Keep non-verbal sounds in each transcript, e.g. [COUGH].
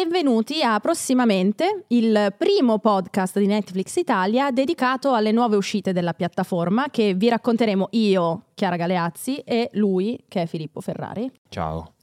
Benvenuti a prossimamente il primo podcast di Netflix Italia dedicato alle nuove uscite della piattaforma che vi racconteremo io, Chiara Galeazzi, e lui, che è Filippo Ferrari. Ciao.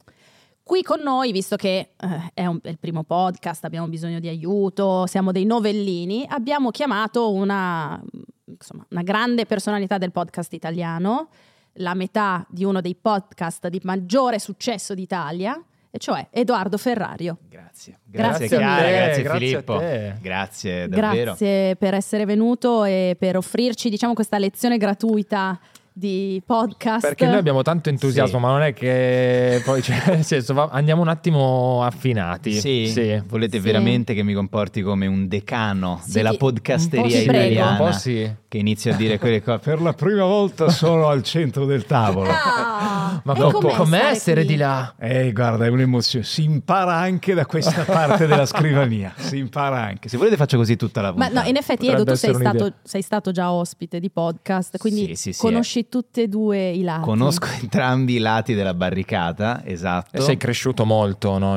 Qui con noi, visto che eh, è, un- è il primo podcast, abbiamo bisogno di aiuto, siamo dei novellini, abbiamo chiamato una, insomma, una grande personalità del podcast italiano, la metà di uno dei podcast di maggiore successo d'Italia, e cioè Edoardo Ferrario. Grazie. Grazie Grazie, a Chiara, te, grazie, grazie Filippo. a te. Grazie davvero. Grazie per essere venuto e per offrirci, diciamo, questa lezione gratuita di podcast. Perché noi abbiamo tanto entusiasmo, Sì. ma non è che poi cioè, nel senso, va- andiamo un attimo affinati. Sì, volete Sì. veramente che mi comporti come un decano Sì, della ti- Un po' podcasteria Sì, prego. italiana? Un po' sì. Che inizia a dire quelle [LAUGHS] cose. Per la prima volta sono al centro del [LAUGHS] tavolo. Ah, Ma e com- com'è com'è, stare essere qui? di là? Eh, guarda, è un'emozione. Si impara anche da questa parte [LAUGHS] della scrivania. Si impara anche. Se volete faccio così tutta la Ma puntata. no, in effetti, Potrebbe Edo, tu sei essere un'idea. stato, sei stato già ospite di podcast, quindi Sì, sì, sì, conosci tutti e due i lati. Conosco entrambi i lati della barricata, esatto. E Eh, sei cresciuto molto, no?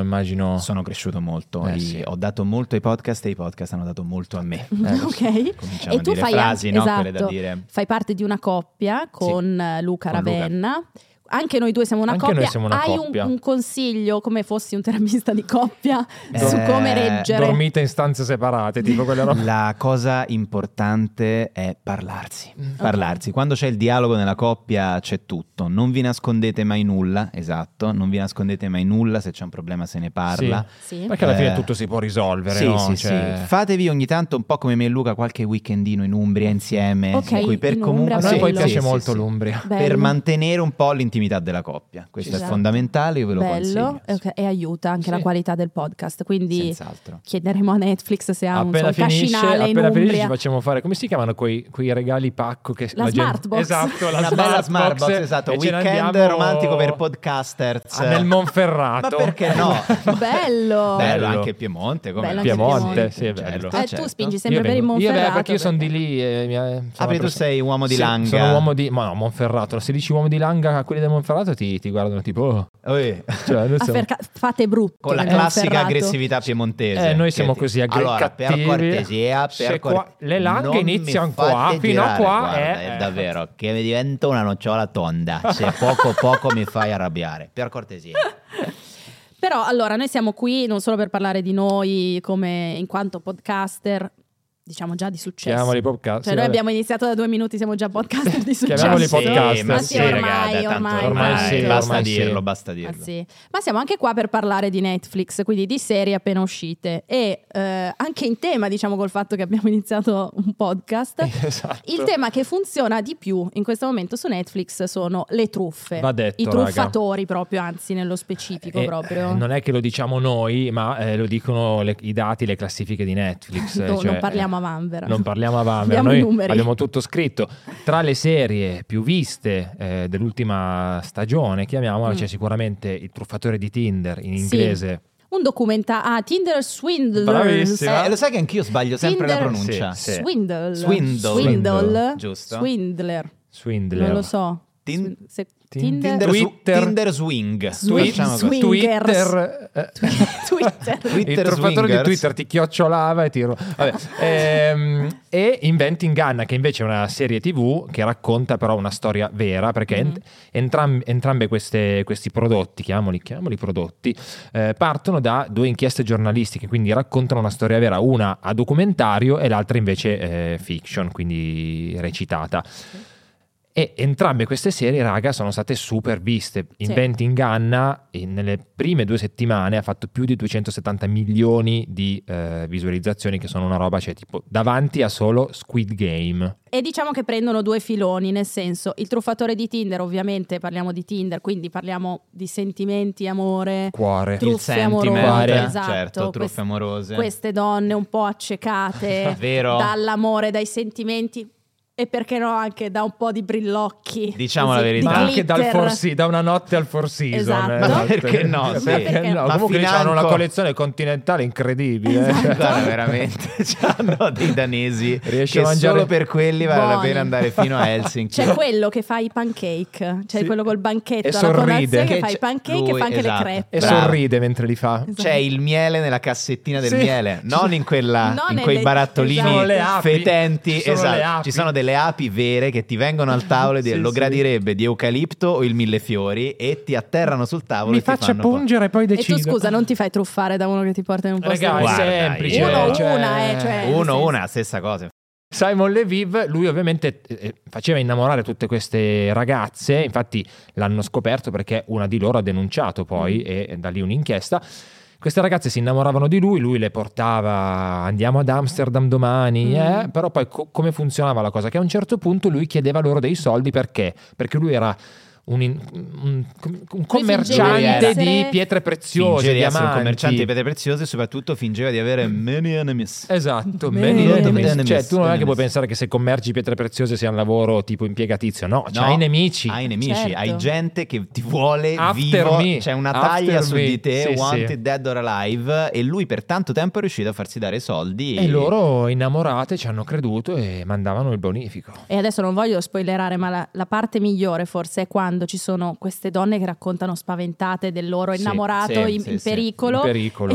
[LAUGHS] Immagino. sono cresciuto molto, Eh, i- sì. ho dato molto ai podcast e i podcast hanno dato molto a me. eh, ok. Cominciamo E a tu dire fai frasi, anche, no? esatto, Quelle da dire. fai parte di una coppia con eh, Luca con Luca. Ravenna. Anche noi due siamo una Anche noi coppia. siamo una Hai un- coppia. Un, consiglio, come fossi un terapista di coppia, Eh, su come reggere? Dormite in stanze separate, tipo [LAUGHS] quella roba. La cosa importante è parlarsi. Mm, Parlarsi. Quando c'è il dialogo nella coppia c'è tutto. Non vi nascondete mai nulla, esatto. Non vi nascondete mai nulla. Se c'è un problema se ne parla. Sì. Perché alla fine Eh. tutto si può risolvere, Sì, no? sì, Cioè- sì. Fatevi ogni tanto, un po' come me e Luca, qualche weekendino in Umbria insieme. Ok, in cui per in comunque... Umbria, A noi poi bello. Sì, piace sì, molto sì. l'Umbria. Bello. Per mantenere un po' l'intimità della coppia. Questo Ci è sta. fondamentale, io ve lo Bello consiglio. e, ok, e aiuta anche Sì. la qualità del podcast. Quindi Senz'altro. chiederemo a Netflix se ha un, appena suo finisce, cascinale in appena finisce Umbria. ci facciamo fare come si chiamano quei, quei regali pacco che La gente- smart box. esatto la Una bella smart box, box, esatto. e ce ne Weekend andiamo romantico per podcasters. a- nel Monferrato Ma perché no? [LAUGHS] [LAUGHS] Bello. Bello anche Piemonte, come Bello anche Piemonte Piemonte. sì è bello Ah, certo. Eh, tu spingi sempre per il vengo- io beh, Monferrato. perché io sono di lì e mi- sono Ah, perché tu una persona- sei uomo di Sì, Langa. sono uomo di ma no Monferrato se dici uomo di Langa a quelli del Monferrato ti, ti guardano tipo oh, [LAUGHS] Eh, cioè, noi Ah, siamo- perca- fate brutto. Con la nel classica Monferrato. aggressività piemontese. Eh, noi siamo Che- così aggre- Allora, per cattivi. cortesia, per Se cor- qua- le langhe non mi iniziano fate qua, fino a girare, qua, guarda, eh, è eh. davvero che mi divento una nocciola tonda. [LAUGHS] Se poco poco mi fai arrabbiare. Per cortesia. Però allora noi siamo qui non solo per parlare di noi come in quanto podcaster, diciamo già di successo. chiamiamoli podcast Cioè noi [LAUGHS] abbiamo iniziato da due minuti, siamo già podcaster di successo. Ma Chiamiamoli sì, podcast. ma Ma sì, sì, ormai, ragazzi, tanto ormai, ormai sì, basta ormai sì. dirlo, basta dirlo. Anzi, Ah, ma siamo anche qua per parlare di Netflix, quindi di serie appena uscite e eh, anche in tema, diciamo, col fatto che abbiamo [LAUGHS] iniziato un podcast. esatto. Il tema che funziona di più in questo momento su Netflix sono le truffe, Va detto, i raga. truffatori proprio, anzi nello specifico Eh, proprio. eh, non è che lo diciamo noi, ma eh, lo dicono le- i dati, le classifiche di Netflix. [LAUGHS] No, eh, non cioè, parliamo a eh, vanvera. Non parliamo a [LAUGHS] Vanvera, Abbiamo i noi numeri. abbiamo tutto scritto. Tra le serie più viste eh, dell'ultima stagione, chiamiamola, Mm. c'è sicuramente Il truffatore di Tinder in Sì. inglese. Un documentario, ah, Tinder Swindlers. Bravissima. Ah, Eh, lo sai che anch'io sbaglio sempre la Tinder- pronuncia. Sì, sì. Swindle. Swindle. Swindle. Giusto. Swindler. Swindler. Non lo so. Tin- Swin- se- Tin- Tinder. Tinder, su- Twitter. Tinder Swing. Swing. Facciamo così. Swing. Twitter. [LAUGHS] eh, Twitter. il truffatore swingers. di Twitter ti chiocciolava e ti ro- vabbè. [LAUGHS] Ehm, e Invent Inganna che invece è una serie tv che racconta però una storia vera perché Mhm. ent- entram- entrambe queste- questi prodotti chiamoli, chiamoli prodotti eh, partono da due inchieste giornalistiche quindi raccontano una storia vera una a documentario e l'altra invece eh, fiction quindi recitata e entrambe queste serie, raga, sono state super viste. Sì. Invent Inganna in- nelle prime due settimane ha fatto più di 270 milioni di eh, visualizzazioni, che sono una roba, cioè tipo davanti a solo Squid Game. E diciamo che prendono due filoni, nel senso, il truffatore di Tinder, ovviamente parliamo di Tinder, quindi parliamo di sentimenti, amore, Cuore. Truffe il sentiment, amorose, certo, esatto, truffe queste- amorose. queste donne un po' accecate [LAUGHS] Vero. dall'amore, dai sentimenti. e perché no anche da un po' di brillocchi. Diciamo la Così, verità. di Ma anche glitter. dal Four Se- da una notte al Four Season. Esatto. eh, Ma esatto. perché no? Ma Sì. perché no? Ma Comunque Financo- hanno una collezione continentale incredibile. Esatto. Eh, Guarda, veramente [LAUGHS] c'hanno dei danesi Riesci che a mangiare- solo per quelli vale la Buoni. pena andare [LAUGHS] fino a Helsinki. C'è quello che fa i pancake, c'è Sì. quello col banchetto E alla sorride. colazione che Che fa i c'è- pancake lui, e fa anche esatto. le crepe. E Bravo. sorride mentre li fa. C'è il miele nella cassettina del Sì. miele, non in, quella, Non in nelle- quei Ci barattolini sono le api. fetenti. Ci sono esatto. le api. Ci sono delle api vere che ti vengono al tavolo e Sì, dire, lo sì. gradirebbe di eucalipto o il millefiori e ti atterrano sul tavolo. Mi e ti faccia fanno pungere e poi E decido. tu scusa, non ti fai truffare da uno che ti porta in un posto Raga, è dove- Guarda, semplice. io- Uno, cioè- una, eh, cioè- Uno, Sì, sì. una, stessa cosa. Simon Leviv, lui ovviamente eh, eh, faceva innamorare tutte queste ragazze, infatti l'hanno scoperto perché una di loro ha denunciato poi e Mm. e da lì un'inchiesta. Queste ragazze si innamoravano di lui, lui le portava, andiamo ad Amsterdam domani, eh?" Mm. però poi co- come funzionava la cosa? Che a un certo punto lui chiedeva loro dei soldi perché? Perché lui era un, in- un- un commerciante essere- di pietre preziose, Fingere di essere un diamanti. commerciante di pietre preziose e soprattutto fingeva di avere many enemies. Esatto, Bene. many Bene, enemies. bene, Cioè, tu non è che bene. puoi pensare che se commerci pietre preziose sia un lavoro tipo impiegatizio, no, No, Ah, c'hai nemici. Hai nemici, Certo. hai gente che ti vuole After vivo, me, c'è una after taglia su me. di te, Sì, sì. wanted dead or alive, e lui per tanto tempo è riuscito a farsi dare soldi. E loro innamorate ci hanno creduto e mandavano il bonifico. E adesso non voglio spoilerare, ma la, la parte migliore forse è quando ci sono queste donne che raccontano spaventate del loro Sì, innamorato sì, in, sì, in sì, pericolo, in pericolo.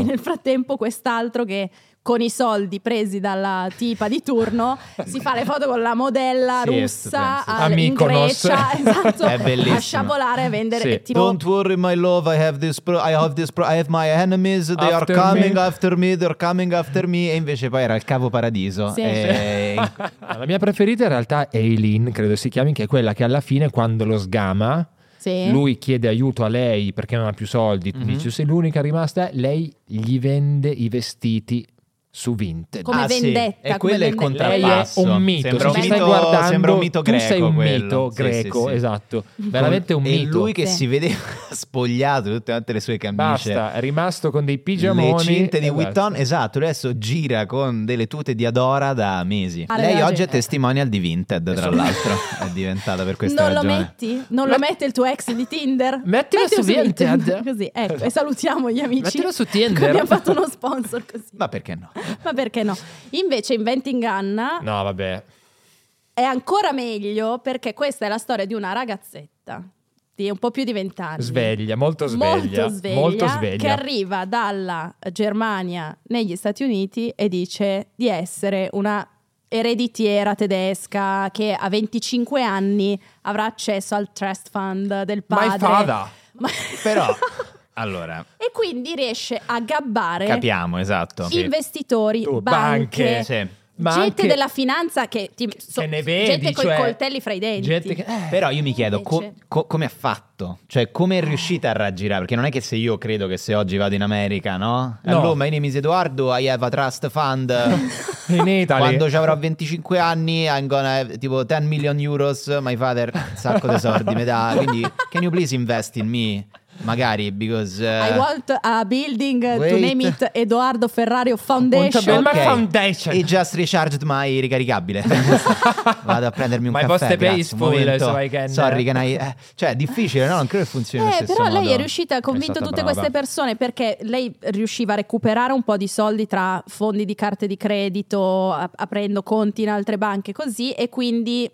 e [LAUGHS] nel frattempo quest'altro che con i soldi presi dalla tipa di [LAUGHS] turno si fa le foto con la modella Sì, è russa stupendo, a, sì. A in Mykonos. Grecia [LAUGHS] esatto, È bellissimo. a sciabolare a vendere Sì. e tipo Don't worry, my love. I have this. Pro- I have this. Pro- I have my enemies. They After are coming me. after me. They're coming after me. E invece poi era il cavo paradiso. Sì. E- Eh, [LAUGHS] La mia preferita in realtà è Eileen, credo si chiami, che è quella che alla fine quando lo sgama, sì. lui chiede aiuto a lei perché non ha più soldi, Mhm. dice sei l'unica rimasta, lei gli vende i vestiti su Vinted. Come Ah, sì. vendetta, E come quello è il vendetta. Lei è contrappasso. un mito, Sembra se un ci stai mito- guardando, sembra un mito greco tu sei un quello. mito Sì, greco, sì, sì. esatto, veramente un e mito. lui che Sì. si vedeva [LAUGHS] spogliato tutte quante le sue camicie. Basta, è rimasto con dei pigiamoni. Le cinte di e Witton, basta. esatto, lui adesso gira con delle tute di Adora da mesi. Ah, Lei le oggi oggi- è testimonial di Vinted, tra Esatto. l'altro, [LAUGHS] è diventata per questa non ragione. lo metti? Non lo Ma- mette il tuo ex di Tinder? Mettilo su [LAUGHS] Vinted. Così, ecco, e salutiamo gli amici. Mettilo su Tinder. Abbiamo fatto uno sponsor [LAUGHS] così. Ma perché no? Ma perché no? Invece Inventing Anna No, vabbè. è ancora meglio perché questa è la storia di una ragazzetta di un po' più di vent'anni. Sveglia, molto sveglia. Molto sveglia, molto sveglia. che arriva dalla Germania negli Stati Uniti e dice di essere una ereditiera tedesca che a 25 anni avrà accesso al trust fund del padre. My father. [LAUGHS] Ma- Però, allora, [LAUGHS] e quindi riesce a gabbare capiamo, esatto. investitori, Tu, banche, banche, Sì. Ma gente anche- della finanza che ti so- Che ne vedi, gente con cioè, i coltelli fra i denti. gente che- eh, Però io mi chiedo co- Invece- co- come ha fatto, cioè come è riuscita a raggirare, perché non è che se io credo che se oggi vado in America, no? No. Allora, my name is Eduardo, I have a trust fund, [LAUGHS] in Italy. quando ci avrò 25 anni I'm gonna have, tipo 10 million euros, my father un sacco di soldi mi dà, quindi can you please invest in me? Magari because... eh, I want a building to Wait. name it Edoardo Ferrario Appunto, Foundation. beh, my foundation. E just recharged my ricaricabile. [LAUGHS] Vado a prendermi un My caffè. poste grazie, is un full, momento. so I can- Sorry, can I- eh, cioè, è difficile, no? Non credo che funzioni allo Eh, stesso però lei modo. è riuscita a convinto stata tutte brava. queste persone perché lei riusciva a recuperare un po' di soldi tra fondi di carte di credito, ap- aprendo conti in altre banche così e quindi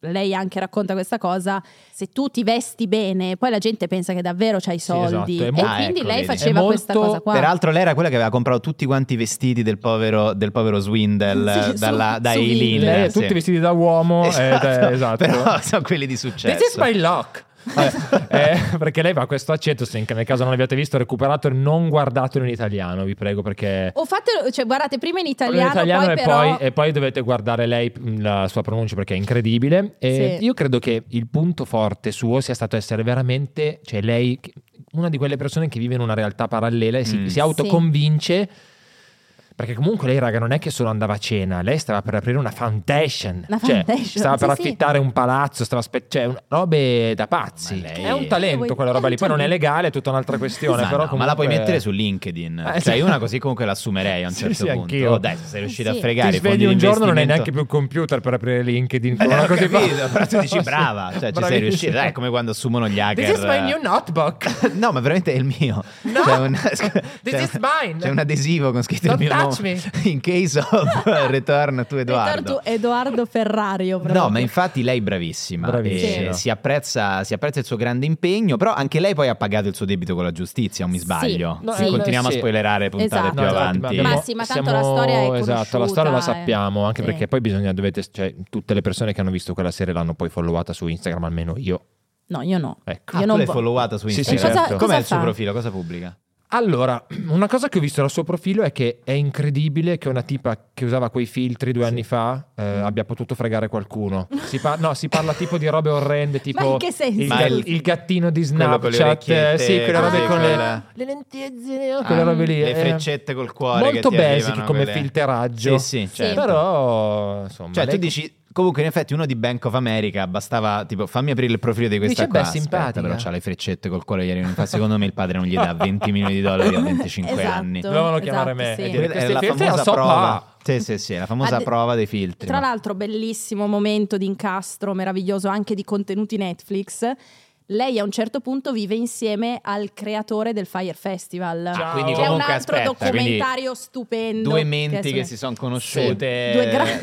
lei anche racconta questa cosa, se tu ti vesti bene, poi la gente pensa che davvero c'hai i Sì, esatto, soldi è e mo- Ah, quindi ecco, lei vedi. faceva È questa molto- cosa qua. Peraltro lei era quella che aveva comprato tutti quanti i vestiti del povero, del povero Swindle eh, Sì, su- dalla, da su Eileen. Vinted. Lei è sì. tutti vestiti da uomo. ed è- Esatto. [LAUGHS] Però sono quelli di successo. This is my luck. Vabbè, [LAUGHS] eh, perché lei fa questo accento, se in- nel caso non l'abbiate visto, recuperatelo e non guardatelo in italiano, vi prego, perché... O fatelo, cioè guardate prima in Parlo in italiano, poi e, però... poi, e poi dovete guardare lei mh, la sua pronuncia perché è incredibile. E Sì. Io credo che il punto forte suo sia stato essere veramente, cioè lei, che- una di quelle persone che vive in una realtà parallela e si, Mm. si Sì. autoconvince. Perché comunque lei, raga, non è che solo andava a cena, lei stava per aprire una foundation. Una Cioè, foundation, stava per sì, sì. affittare un palazzo, stava spe- cioè, un- robe da pazzi. Ma lei- È un talento quella roba lì. Poi non è legale, è tutta un'altra Ma, questione. però no, Esatto, ma la puoi comunque- mettere su LinkedIn. Eh, cioè, sì. io una così comunque l'assumerei a un Sì, certo sì, punto. anch'io. Oh, dai, se sei riuscito Sì. a fregare. Ti i fondi svegli di un giorno, non hai neanche investimento- più il computer per aprire LinkedIn. Eh, con una ho cosa di- capito, però tu dici [LAUGHS] Sì. brava, cioè ci sei Bravissimo. riuscita, è come quando assumono gli hacker. eh. This is my new notebook. [LAUGHS] No, ma veramente è il mio. No. C'è un, [LAUGHS] This c'è is un- mine. C'è un adesivo con scritto Don't il mio touch nome. In case [LAUGHS] [LAUGHS] of return to eh, Edoardo. Edoardo, Edoardo Ferrario. proprio. No, ma infatti lei è bravissima. Bravissima. e si, apprezza, si apprezza il suo grande impegno, però anche lei poi ha pagato il suo debito con la giustizia, o mi Sì. sbaglio? No, Sì, eh, Continuiamo sì. a spoilerare puntate [LAUGHS] Esatto. più No, esatto, avanti. ma abbiamo- Ma sì, ma tanto la storia è Esatto, la storia la conosciuta, sappiamo, anche eh. perché Sì. poi bisogna, dovete, cioè, tutte le persone che hanno visto quella serie l'hanno poi followata su Instagram, almeno io. No, io no. Ecco. Ah, Io tu non l'hai vo- followata su Sì, sì, Instagram. certo. Cosa- Com'è cosa il suo fa? profilo? Cosa pubblica? Allora, [CLEARS THROAT] una cosa che ho visto dal suo profilo è che è incredibile che una tipa che usava quei filtri due anni fa eh, Mm. abbia potuto [LAUGHS] fregare qualcuno. Si par- no, si parla tipo di robe orrende, tipo Ma in che senso? Il, Ma il- il gattino di quello con le Snapchat, eh, sì, quelle orecchiette, robe sì, con quella- le, le lentezzine, no? quelle Ah, robe lì. Le eh. freccette col cuore. che Molto ti basic arrivano, come quelle- filteraggio. Sì, sì, Sì. certo. Però, insomma, Cioè, tu lei- dici. Comunque, in effetti, uno di Bank of America bastava tipo fammi aprire il profilo di questa Dice, qua. beh, simpatica. Aspetta, però c'ha le freccette col cuore ieri. Infatti, secondo me il padre non gli dà 20 milioni di dollari a [LAUGHS] 25 Esatto. anni. Dovevano chiamare me. sì. E dire- Quella È Questi la filtri famosa non so prova. pa'. Sì, sì, sì, è la famosa Ad- prova dei filtri. Tra ma- l'altro, bellissimo momento di incastro meraviglioso anche di contenuti Netflix. Lei a un certo punto vive insieme al creatore del Fire Festival. Ciao. Ah, quindi Che è un comunque altro aspetta, quindi documentario stupendo. Due è menti che su- si sono conosciute, Sì.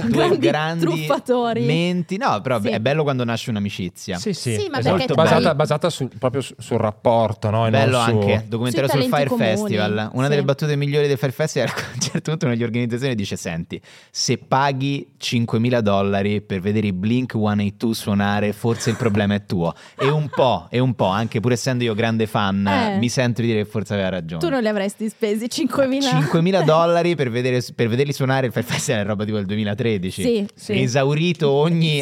Due gra- grandi truffatori. Menti, no, però Sì. è bello quando nasce un'amicizia. Sì, sì, Sì, ma esatto. perché basata, poi- basata sul- proprio su- sul rapporto, no? E non Bello su- anche, documentario Sui sul Fire talenti comuni, Festival. Una sì. delle battute migliori del Fire Festival era [LAUGHS] che a un certo punto una delle organizzazioni dice: Senti, se paghi 5.000 dollari per vedere i Blink 182 suonare, forse il problema è tuo. E un po', e un po', anche pur essendo io grande fan, [LAUGHS] Eh. mi sento di dire che forse aveva ragione. Tu non li avresti spesi 5.000. [LAUGHS] 5.000 dollari per, vedere- per vederli suonare il Fire Festival è roba tipo del 2013 Sì, sì. esaurito ogni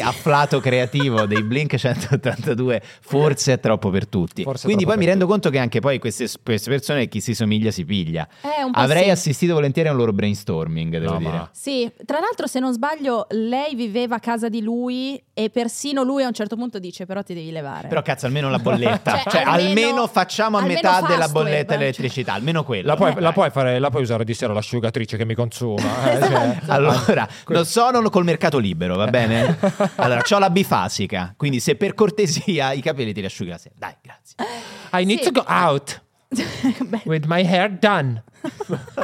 [LAUGHS] afflato creativo dei Blink 182 forse è troppo per tutti Forse è quindi troppo poi mi per rendo conto che anche poi queste, queste persone chi si somiglia si piglia Eh, un po' avrei sì. assistito volentieri a un loro brainstorming devo No, dire ma- Sì, tra l'altro se non sbaglio lei viveva a casa di lui e persino lui a un certo punto dice però ti devi levare. però cazzo almeno la bolletta Cioè, cioè, almeno, almeno- facciamo a almeno metà della Fastweb, bolletta cioè. dell'elettricità almeno quello La puoi, Eh, la Ecco. dai. Esatto. puoi fare, la puoi usare di sera l'asciugatrice che mi [LAUGHS] consuma. eh, cioè. Allora, non sono col mercato libero, va bene? Allora, ho la bifasica, quindi se per cortesia i capelli te li asciughi la sera. Dai, grazie. I need Sì. to go out [LAUGHS] Beh, with my [LAUGHS] hair done.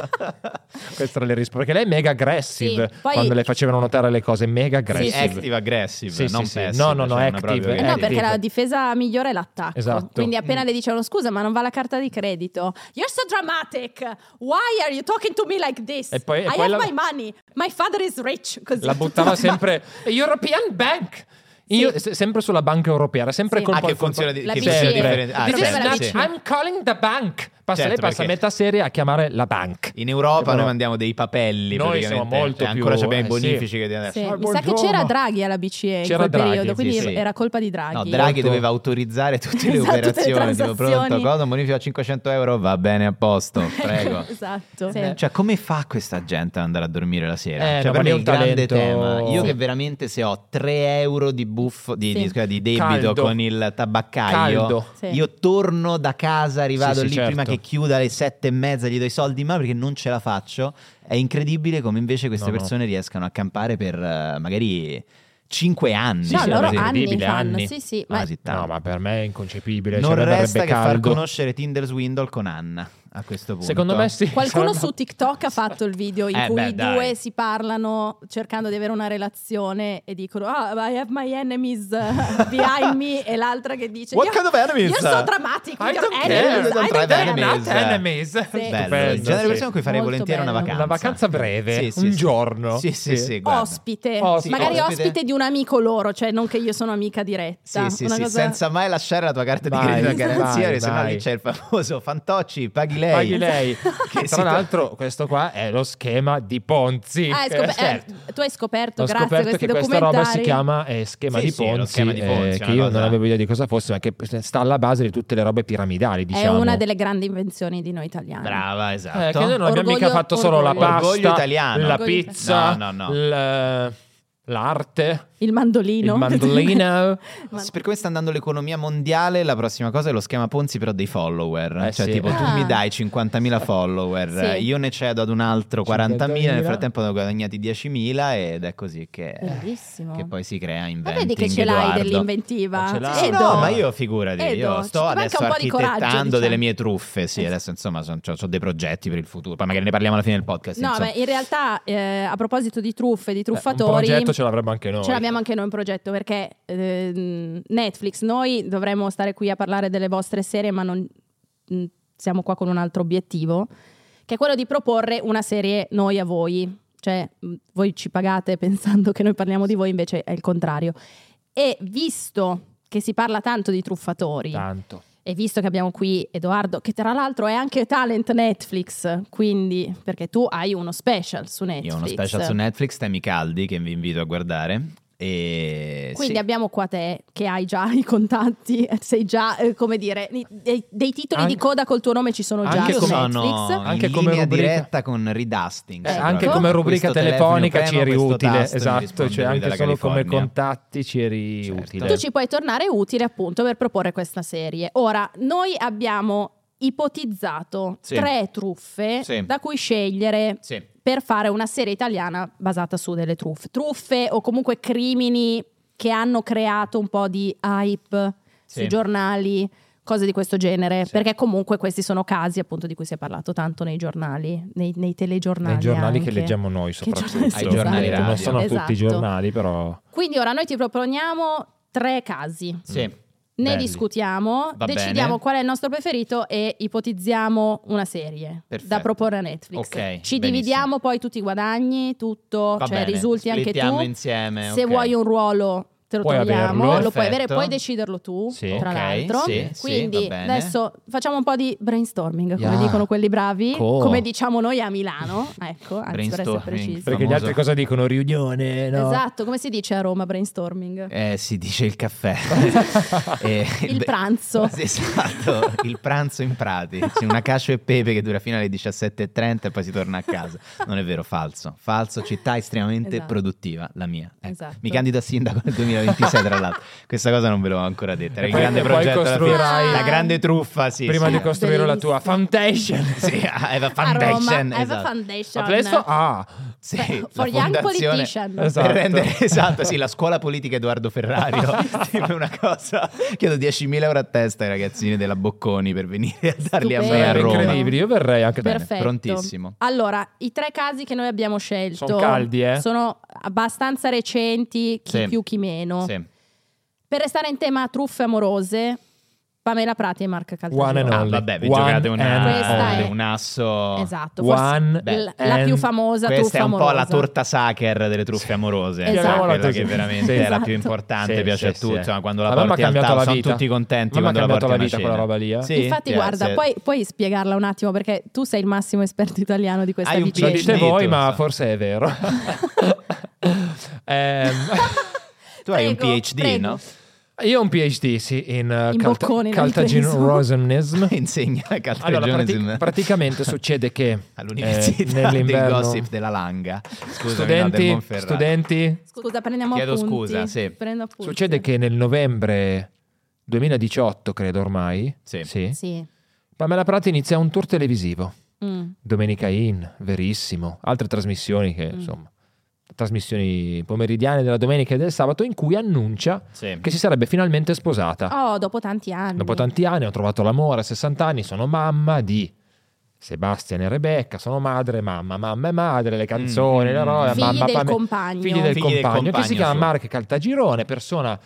Queste erano le risposte. Perché lei è mega aggressive Sì, poi- quando le facevano notare le cose. Mega aggressive. Active aggressive, Sì, sì, non sì. passive, No, no, no, cioè, una active. proprio- Eh no, Eh, perché dico. la difesa migliore è l'attacco. Esatto. Quindi appena le dicevano scusa, ma non va la carta di credito. You're so dramatic. Why are you talking to me like this? E poi- e I poi have la- my money. My father is rich. Così. La [LAUGHS] [LAUGHS] buttava sempre European Bank. Io- se- sempre sulla banca europea, era sempre Sì. colpa Ah, che funziona di- La che BCE. funziona Sempre. differente. Ah, This is certo, not- sì. I'm calling the bank. Passa, Certo, lei passa perché- metà serie a chiamare la bank. In Europa noi Però- mandiamo dei papelli, Noi siamo praticamente. molto Cioè, ancora più- abbiamo i eh, sì. bonifici che devono Sì, Ah, Mi sa che buongiorno. c'era Draghi alla BCE in C'era quel Draghi, periodo, sì, quindi sì. era colpa di Draghi. No, Draghi Molto- doveva autorizzare tutte [LAUGHS] le Esatto, tutte le operazioni. Tipo, pronto, transazioni. cosa? Un bonifico a 500 euro? Va bene, a posto, [LAUGHS] [LAUGHS] prego. esatto. Sì. Cioè, come fa questa gente ad andare a dormire la sera? Eh, Cioè, per no, ma me è lì è un un grande talento. tema. Io Sì. che veramente se ho 3 euro di buffo di, di- Sì. scusa, di debito Caldo. con il tabaccaio, Caldo. Sì. io torno da casa, rivado Sì, sì, lì certo. prima che chiuda alle sette e mezza, gli do i soldi, ma perché non ce la faccio. È incredibile come invece queste No, no. persone riescano a campare per eh, magari 5 anni. Sì, no, sì, loro sì, anni incredibile, fanno, anni. sì, sì, ma Quasi tanto. No, ma per me è inconcepibile. non cioè, verrebbe resta che far caldo. conoscere Tinder Swindle con Anna a questo punto. Secondo me sì. Qualcuno sarebbe- su TikTok ha fatto il video in Eh, cui beh, i dai. due si parlano cercando di avere una relazione e dicono Ah, I have my enemies [LAUGHS] uh, behind me e l'altra che dice What "Io- kind of enemies?" Io sono drammatico, I io don't care, enemies, I don't I don't have care. enemies. enemies. Bello, Stupendo, il genere di sì. persone a cui farei Molto volentieri una bello. vacanza. Una vacanza breve, Sì, sì, un sì. giorno. Sì, sì, Sì. sì, guarda. Ospite, Ospite. magari Ospite. ospite. di un amico loro, cioè non che io sono amica diretta. Sì, sì, una sì, cosa- senza mai lasciare la tua carta di Vai, credito a vai, garanzia, perché vai. sennò lì c'è il famoso fantocci, paghi lei. [LAUGHS] Paghi lei. Che si- tra l'altro questo qua è lo schema di Ponzi. Ah, hai scop- Eh, certo. eh, tu hai scoperto, Ho grazie scoperto a questi che questa documentari. roba si chiama eh, schema, Sì, di sì, è Ponzi, lo schema di Ponzi, eh, è che una io non cosa- avevo idea di cosa fosse, ma che sta alla base di tutte le robe piramidali, diciamo. È una delle grandi invenzioni di noi italiani. Brava, esatto. Eh, che noi non abbiamo Orgoglio- mica fatto solo la orgoglio. pasta, Orgoglio italiano. la Orgoglio pizza, italiano. No, no, no. l- l'arte, Il mandolino. [LAUGHS] il mandolino. eh, Ma- S- Per come sta andando l'economia mondiale, la prossima cosa è lo schema Ponzi, però dei follower. Eh, cioè, sì. tipo, tu Ah. mi dai 50.000 follower, Sì. io ne cedo ad un altro 40.000, nel 50.000. frattempo ne ho guadagnati 10.000 ed è così che, Bellissimo. che poi si crea Ma inventing, vedi che ce l'hai Edoardo. dell'inventiva. Eh, Ma ce l'hai. Sì, Edo. no, ma io figurati, Edo, io ci sto manca adesso un po' di coraggio, architettando diciamo. delle mie truffe. Sì, adesso insomma ho dei progetti per il futuro. Poi magari ne parliamo alla fine del podcast. No, insomma. beh, in realtà eh, a proposito di truffe, di Eh, Un truffatori, progetto ce l'avremmo anche noi. ce l'abbiamo anche noi un progetto perché ehm, Netflix, noi dovremmo stare qui a parlare delle vostre serie, ma non mh, siamo qua con un altro obiettivo, che è quello di proporre una serie noi a voi. Cioè, mh, voi ci pagate [LAUGHS] pensando che noi parliamo di voi, invece è il contrario. E visto che si parla tanto di truffatori, Tanto. e visto che abbiamo qui Edoardo, che tra l'altro è anche talent Netflix, quindi perché tu hai uno special su Netflix. Io ho uno special su Netflix, temi caldi, che vi invito a guardare. E Quindi sì. abbiamo qua te che hai già i contatti, [LAUGHS] sei già, eh, come dire, i- dei, dei titoli Anche- di coda col tuo nome ci sono già anche Io su come- sono Netflix. Anche in come linea rubrica- diretta con Ridusting. Eh, Sì, anche proprio. come rubrica Questo telefonica ci telefono eri premo, questo utile, tasto, mi esatto, risponde cioè lui anche dalla solo come California. contatti ci eri Certo. utile. Tu ci puoi tornare utile appunto per proporre questa serie. Ora, noi abbiamo ipotizzato Sì. tre truffe Sì. da cui scegliere Sì. per fare una serie italiana basata su delle truffe. Truffe o comunque crimini che hanno creato un po' di hype Sì. sui giornali, cose di questo genere, Sì. perché comunque questi sono casi appunto di cui si è parlato tanto nei giornali, nei, nei telegiornali. Nei giornali che anche. leggiamo noi soprattutto. giornali- Ai giornali Esatto, Non radio. sono tutti Esatto. i giornali, però... Quindi ora noi ti proponiamo tre casi. Sì. Ne Belli. discutiamo, Va decidiamo bene. qual è il nostro preferito e ipotizziamo una serie Perfetto. da proporre a Netflix. Ok, Ci benissimo. dividiamo poi tutti i guadagni, tutto, Va cioè bene, risulti anche tu. splittiamo insieme, Se Eh, ok. vuoi un ruolo te lo Puoi troviamo, averlo. lo puoi Perfetto. avere, puoi deciderlo tu, Sì. tra Ok, l'altro. sì, sì, Quindi va bene. adesso facciamo un po' di brainstorming, come Yeah. dicono quelli bravi, Co. come diciamo noi a Milano, [LAUGHS] ecco, anzi per essere Brainstorming. precisi. Perché gli Famoso. altri cosa dicono? Riunione, no? Esatto, come si dice a Roma brainstorming? Eh, si dice [LAUGHS] il caffè. Eh, Il beh, pranzo. sì, [LAUGHS] Esatto, il pranzo in prati. C'è una cascio e pepe che dura fino alle 17.30 e poi si torna a casa. Non è vero, falso. Falso, città estremamente Esatto. produttiva, la mia. Ecco. Esatto. Mi candido a sindaco nel 2026, tra l'altro. Questa cosa non ve l'ho ancora detta. Era E il poi- grande e poi progetto. alla fine. costruirai- La grande truffa, sì. Prima sì. di costruire la tua foundation. Sì, Eva a Roma, Foundation. Eva esatto. Foundation. Adesso, ah, Sì, Beh, la for young fondazione- politician. Esatto. Per rendere, [LAUGHS] esatto, sì, la scuola politica Edoardo [LAUGHS] Ferrario. [LAUGHS] Tipo una cosa. Chiedo 10.000 euro a testa ai ragazzini della Bocconi per venire a darli a me a Stupendo. Roma. incredibile. Io verrei anche bene. Perfetto. prontissimo. Allora, i tre casi che noi abbiamo scelto Sono caldi, eh? sono abbastanza recenti, chi Sì. più chi meno. Sì. Per restare in tema truffe amorose, Pamela Prati e Mark One and Caltagirone. Ah, Only. vabbè, vi One giocate Questa una, è- un asso. Esatto, One forse l- la and- più famosa Questa truffa è un po' amorosa. la torta sacher delle truffe amorose, eh, Esatto. quella che Chiamiamola così. veramente Sì. è la Esatto. più importante, Sì, piace sì, a tutti, sì. insomma, quando la A me mi ha porti al cambiato tavolo la sono vita. tutti contenti A me mi ha quando la cambiato porti la a una vita quella cena. roba lì, eh. Sì, Infatti, eh, guarda, se- puoi, puoi spiegarla un attimo perché tu sei il massimo esperto italiano di questa Hai un Lo vicenda. dite Dito, voi, ma insomma. forse è vero. [LAUGHS] Ehm, [LAUGHS] tu hai un Prego, PhD, prego. no? io ho un PhD, sì, in, uh, In Calta- bocconi l'hai Caltagironianism. [LAUGHS] Insegna Allora, prati- caltagionismo praticamente succede che eh, [LAUGHS] all'università del nell'inverno gossip della Langa. Scusami, no, studenti, del Monferrato. studenti Scusa, prendiamo Chiedo appunti. scusa, sì. Prendo appunti. succede che nel novembre 2018, credo ormai, Sì. Sì. Pamela Prati inizia un tour televisivo. Mm. Domenica In, Verissimo, altre trasmissioni che insomma, trasmissioni pomeridiane della domenica e del sabato in cui annuncia Sì. che si sarebbe finalmente sposata. Ah. Oh, dopo tanti anni. Dopo tanti anni ho trovato l'amore, a 60 anni sono mamma di Sebastian e Rebecca, sono madre e mamma, mamma e madre, le canzoni, Mm. le robe, Figli mamma, del mamma- compagno. figli Figli del del compagno, che compagno si chiama suo. Mark Caltagirone, persona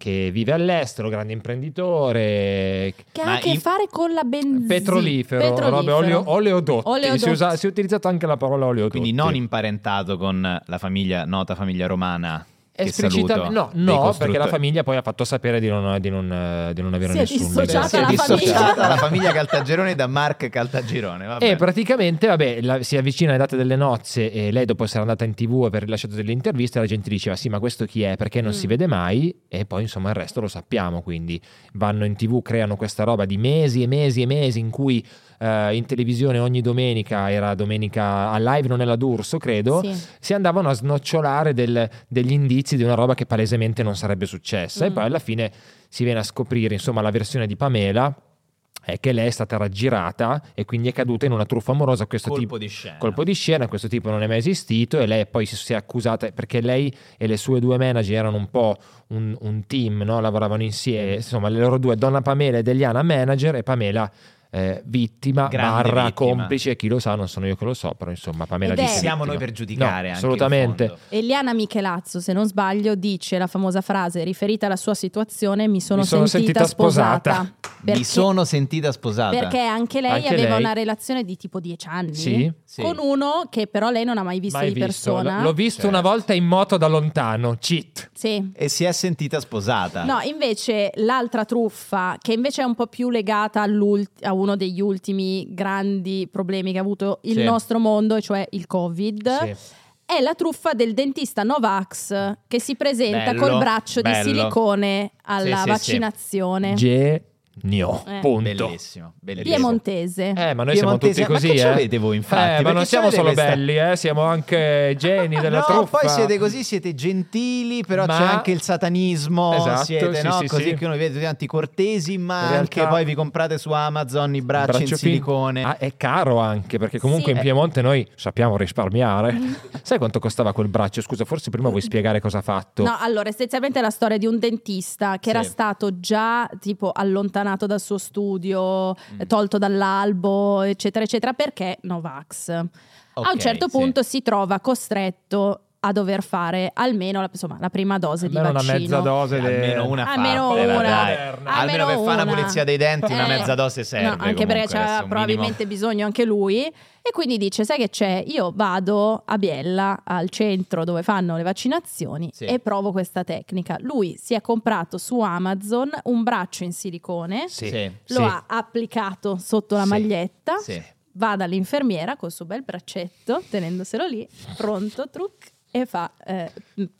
che vive all'estero, grande imprenditore, Che Ma ha a che in- fare con la benzina. petrolifero, robe oleo- oleodotti, Si, usa- si è utilizzato anche la parola oleodotti. Quindi non imparentato con la famiglia, nota famiglia romana esplicita- saluto, no, dei no perché costruttori. la famiglia poi ha fatto sapere di non, di non- di non avere Si è nessuno. dissociata Si è Diciamo la dissociata famiglia. la famiglia Caltagirone da Mark Caltagirone. vabbè. E Eh, praticamente, vabbè, la- si avvicina alle date delle nozze e lei dopo essere andata in tv e aver rilasciato delle interviste, la gente diceva sì, ma questo chi è? Perché non Mm. si vede mai? E poi insomma il resto lo sappiamo, quindi vanno in tv, creano questa roba di mesi e mesi e mesi in cui eh, in televisione ogni domenica, era domenica a live, non è la d'Urso credo, Sì. si andavano a snocciolare del- degli indizi di una roba che palesemente non sarebbe successa e Mm. poi alla fine si viene a scoprire insomma la versione di Pamela è che lei è stata raggirata e quindi è caduta in una truffa amorosa questo tipo colpo di scena. colpo di scena questo tipo non è mai esistito e lei poi si- si è accusata perché lei e le sue due manager erano un po' un, un team no? lavoravano Mm. insieme insomma le loro due donna Pamela ed Eliana manager e Pamela eh, vittima Grande barra vittima. complice chi lo sa non sono io che lo so però insomma Pamela Ed di è- Siamo noi per giudicare. No, anche, assolutamente. in fondo. Eliana Michelazzo, se non sbaglio, dice la famosa frase riferita alla sua situazione: Mi sono, Mi sono sentita sposata. Perché, Mi sono sentita sposata. perché anche lei Anche aveva lei. una relazione di tipo 10 anni sì Sì. con uno che però lei non ha mai visto Mai di visto. persona. L- L'ho visto Certo. una volta in moto da lontano, cheat. Sì. E si è sentita sposata. No, invece l'altra truffa, che invece è un po' più legata all'ult- a uno degli ultimi grandi problemi che ha avuto il Sì. nostro mondo, e cioè il Covid, è la truffa del dentista Novax che si presenta Bello, col braccio bello. di silicone alla Sì, sì, sì. vaccinazione. Genio. Eh. Punto. Bellissimo, bellissimo. Piemontese. Eh, ma noi siamo tutti Piemontese, così, ma che ci eh. avete voi, infatti? Eh, ma Perché non ci siamo avete solo questa- belli, eh, siamo anche geni della no, truffa. poi siete così, siete gentili, però Ma- c'è anche il satanismo, Esatto, siete sì, no? sì, così sì. che noi vedete tutti quanti cortesi, ma In realtà- anche poi vi comprate su Amazon i bracci Braccio in fin- silicone. Ah, è caro anche perché comunque Sì. in Piemonte noi sappiamo risparmiare. Sai quanto costava quel braccio? Scusa, forse prima vuoi spiegare cosa ha fatto. No, allora, essenzialmente è la storia di un dentista che Sì. era stato già tipo allontanato dal suo studio, Mm. tolto dall'albo, eccetera, eccetera, perché Novax. Ok, a un certo sì. punto si trova costretto a dover fare almeno la, insomma, la prima dose di Almeno una vaccino. mezza dose. Cioè, de- almeno una almeno fatela, una. dai. eh, Almeno almeno per fare una una. pulizia dei denti una Eh, mezza dose serve no, anche perché comunque, c'era adesso, un probabilmente bisogno anche lui. E quindi dice: Sai che c'è? Io vado a Biella, al centro dove fanno le vaccinazioni, Sì. e provo questa tecnica. Lui si è comprato su Amazon un braccio in silicone, Sì. Sì. lo ha applicato sotto la Sì. maglietta. minimo. Sì. Va dall'infermiera col suo bel braccetto, tenendoselo lì, pronto, truc, e fa, eh,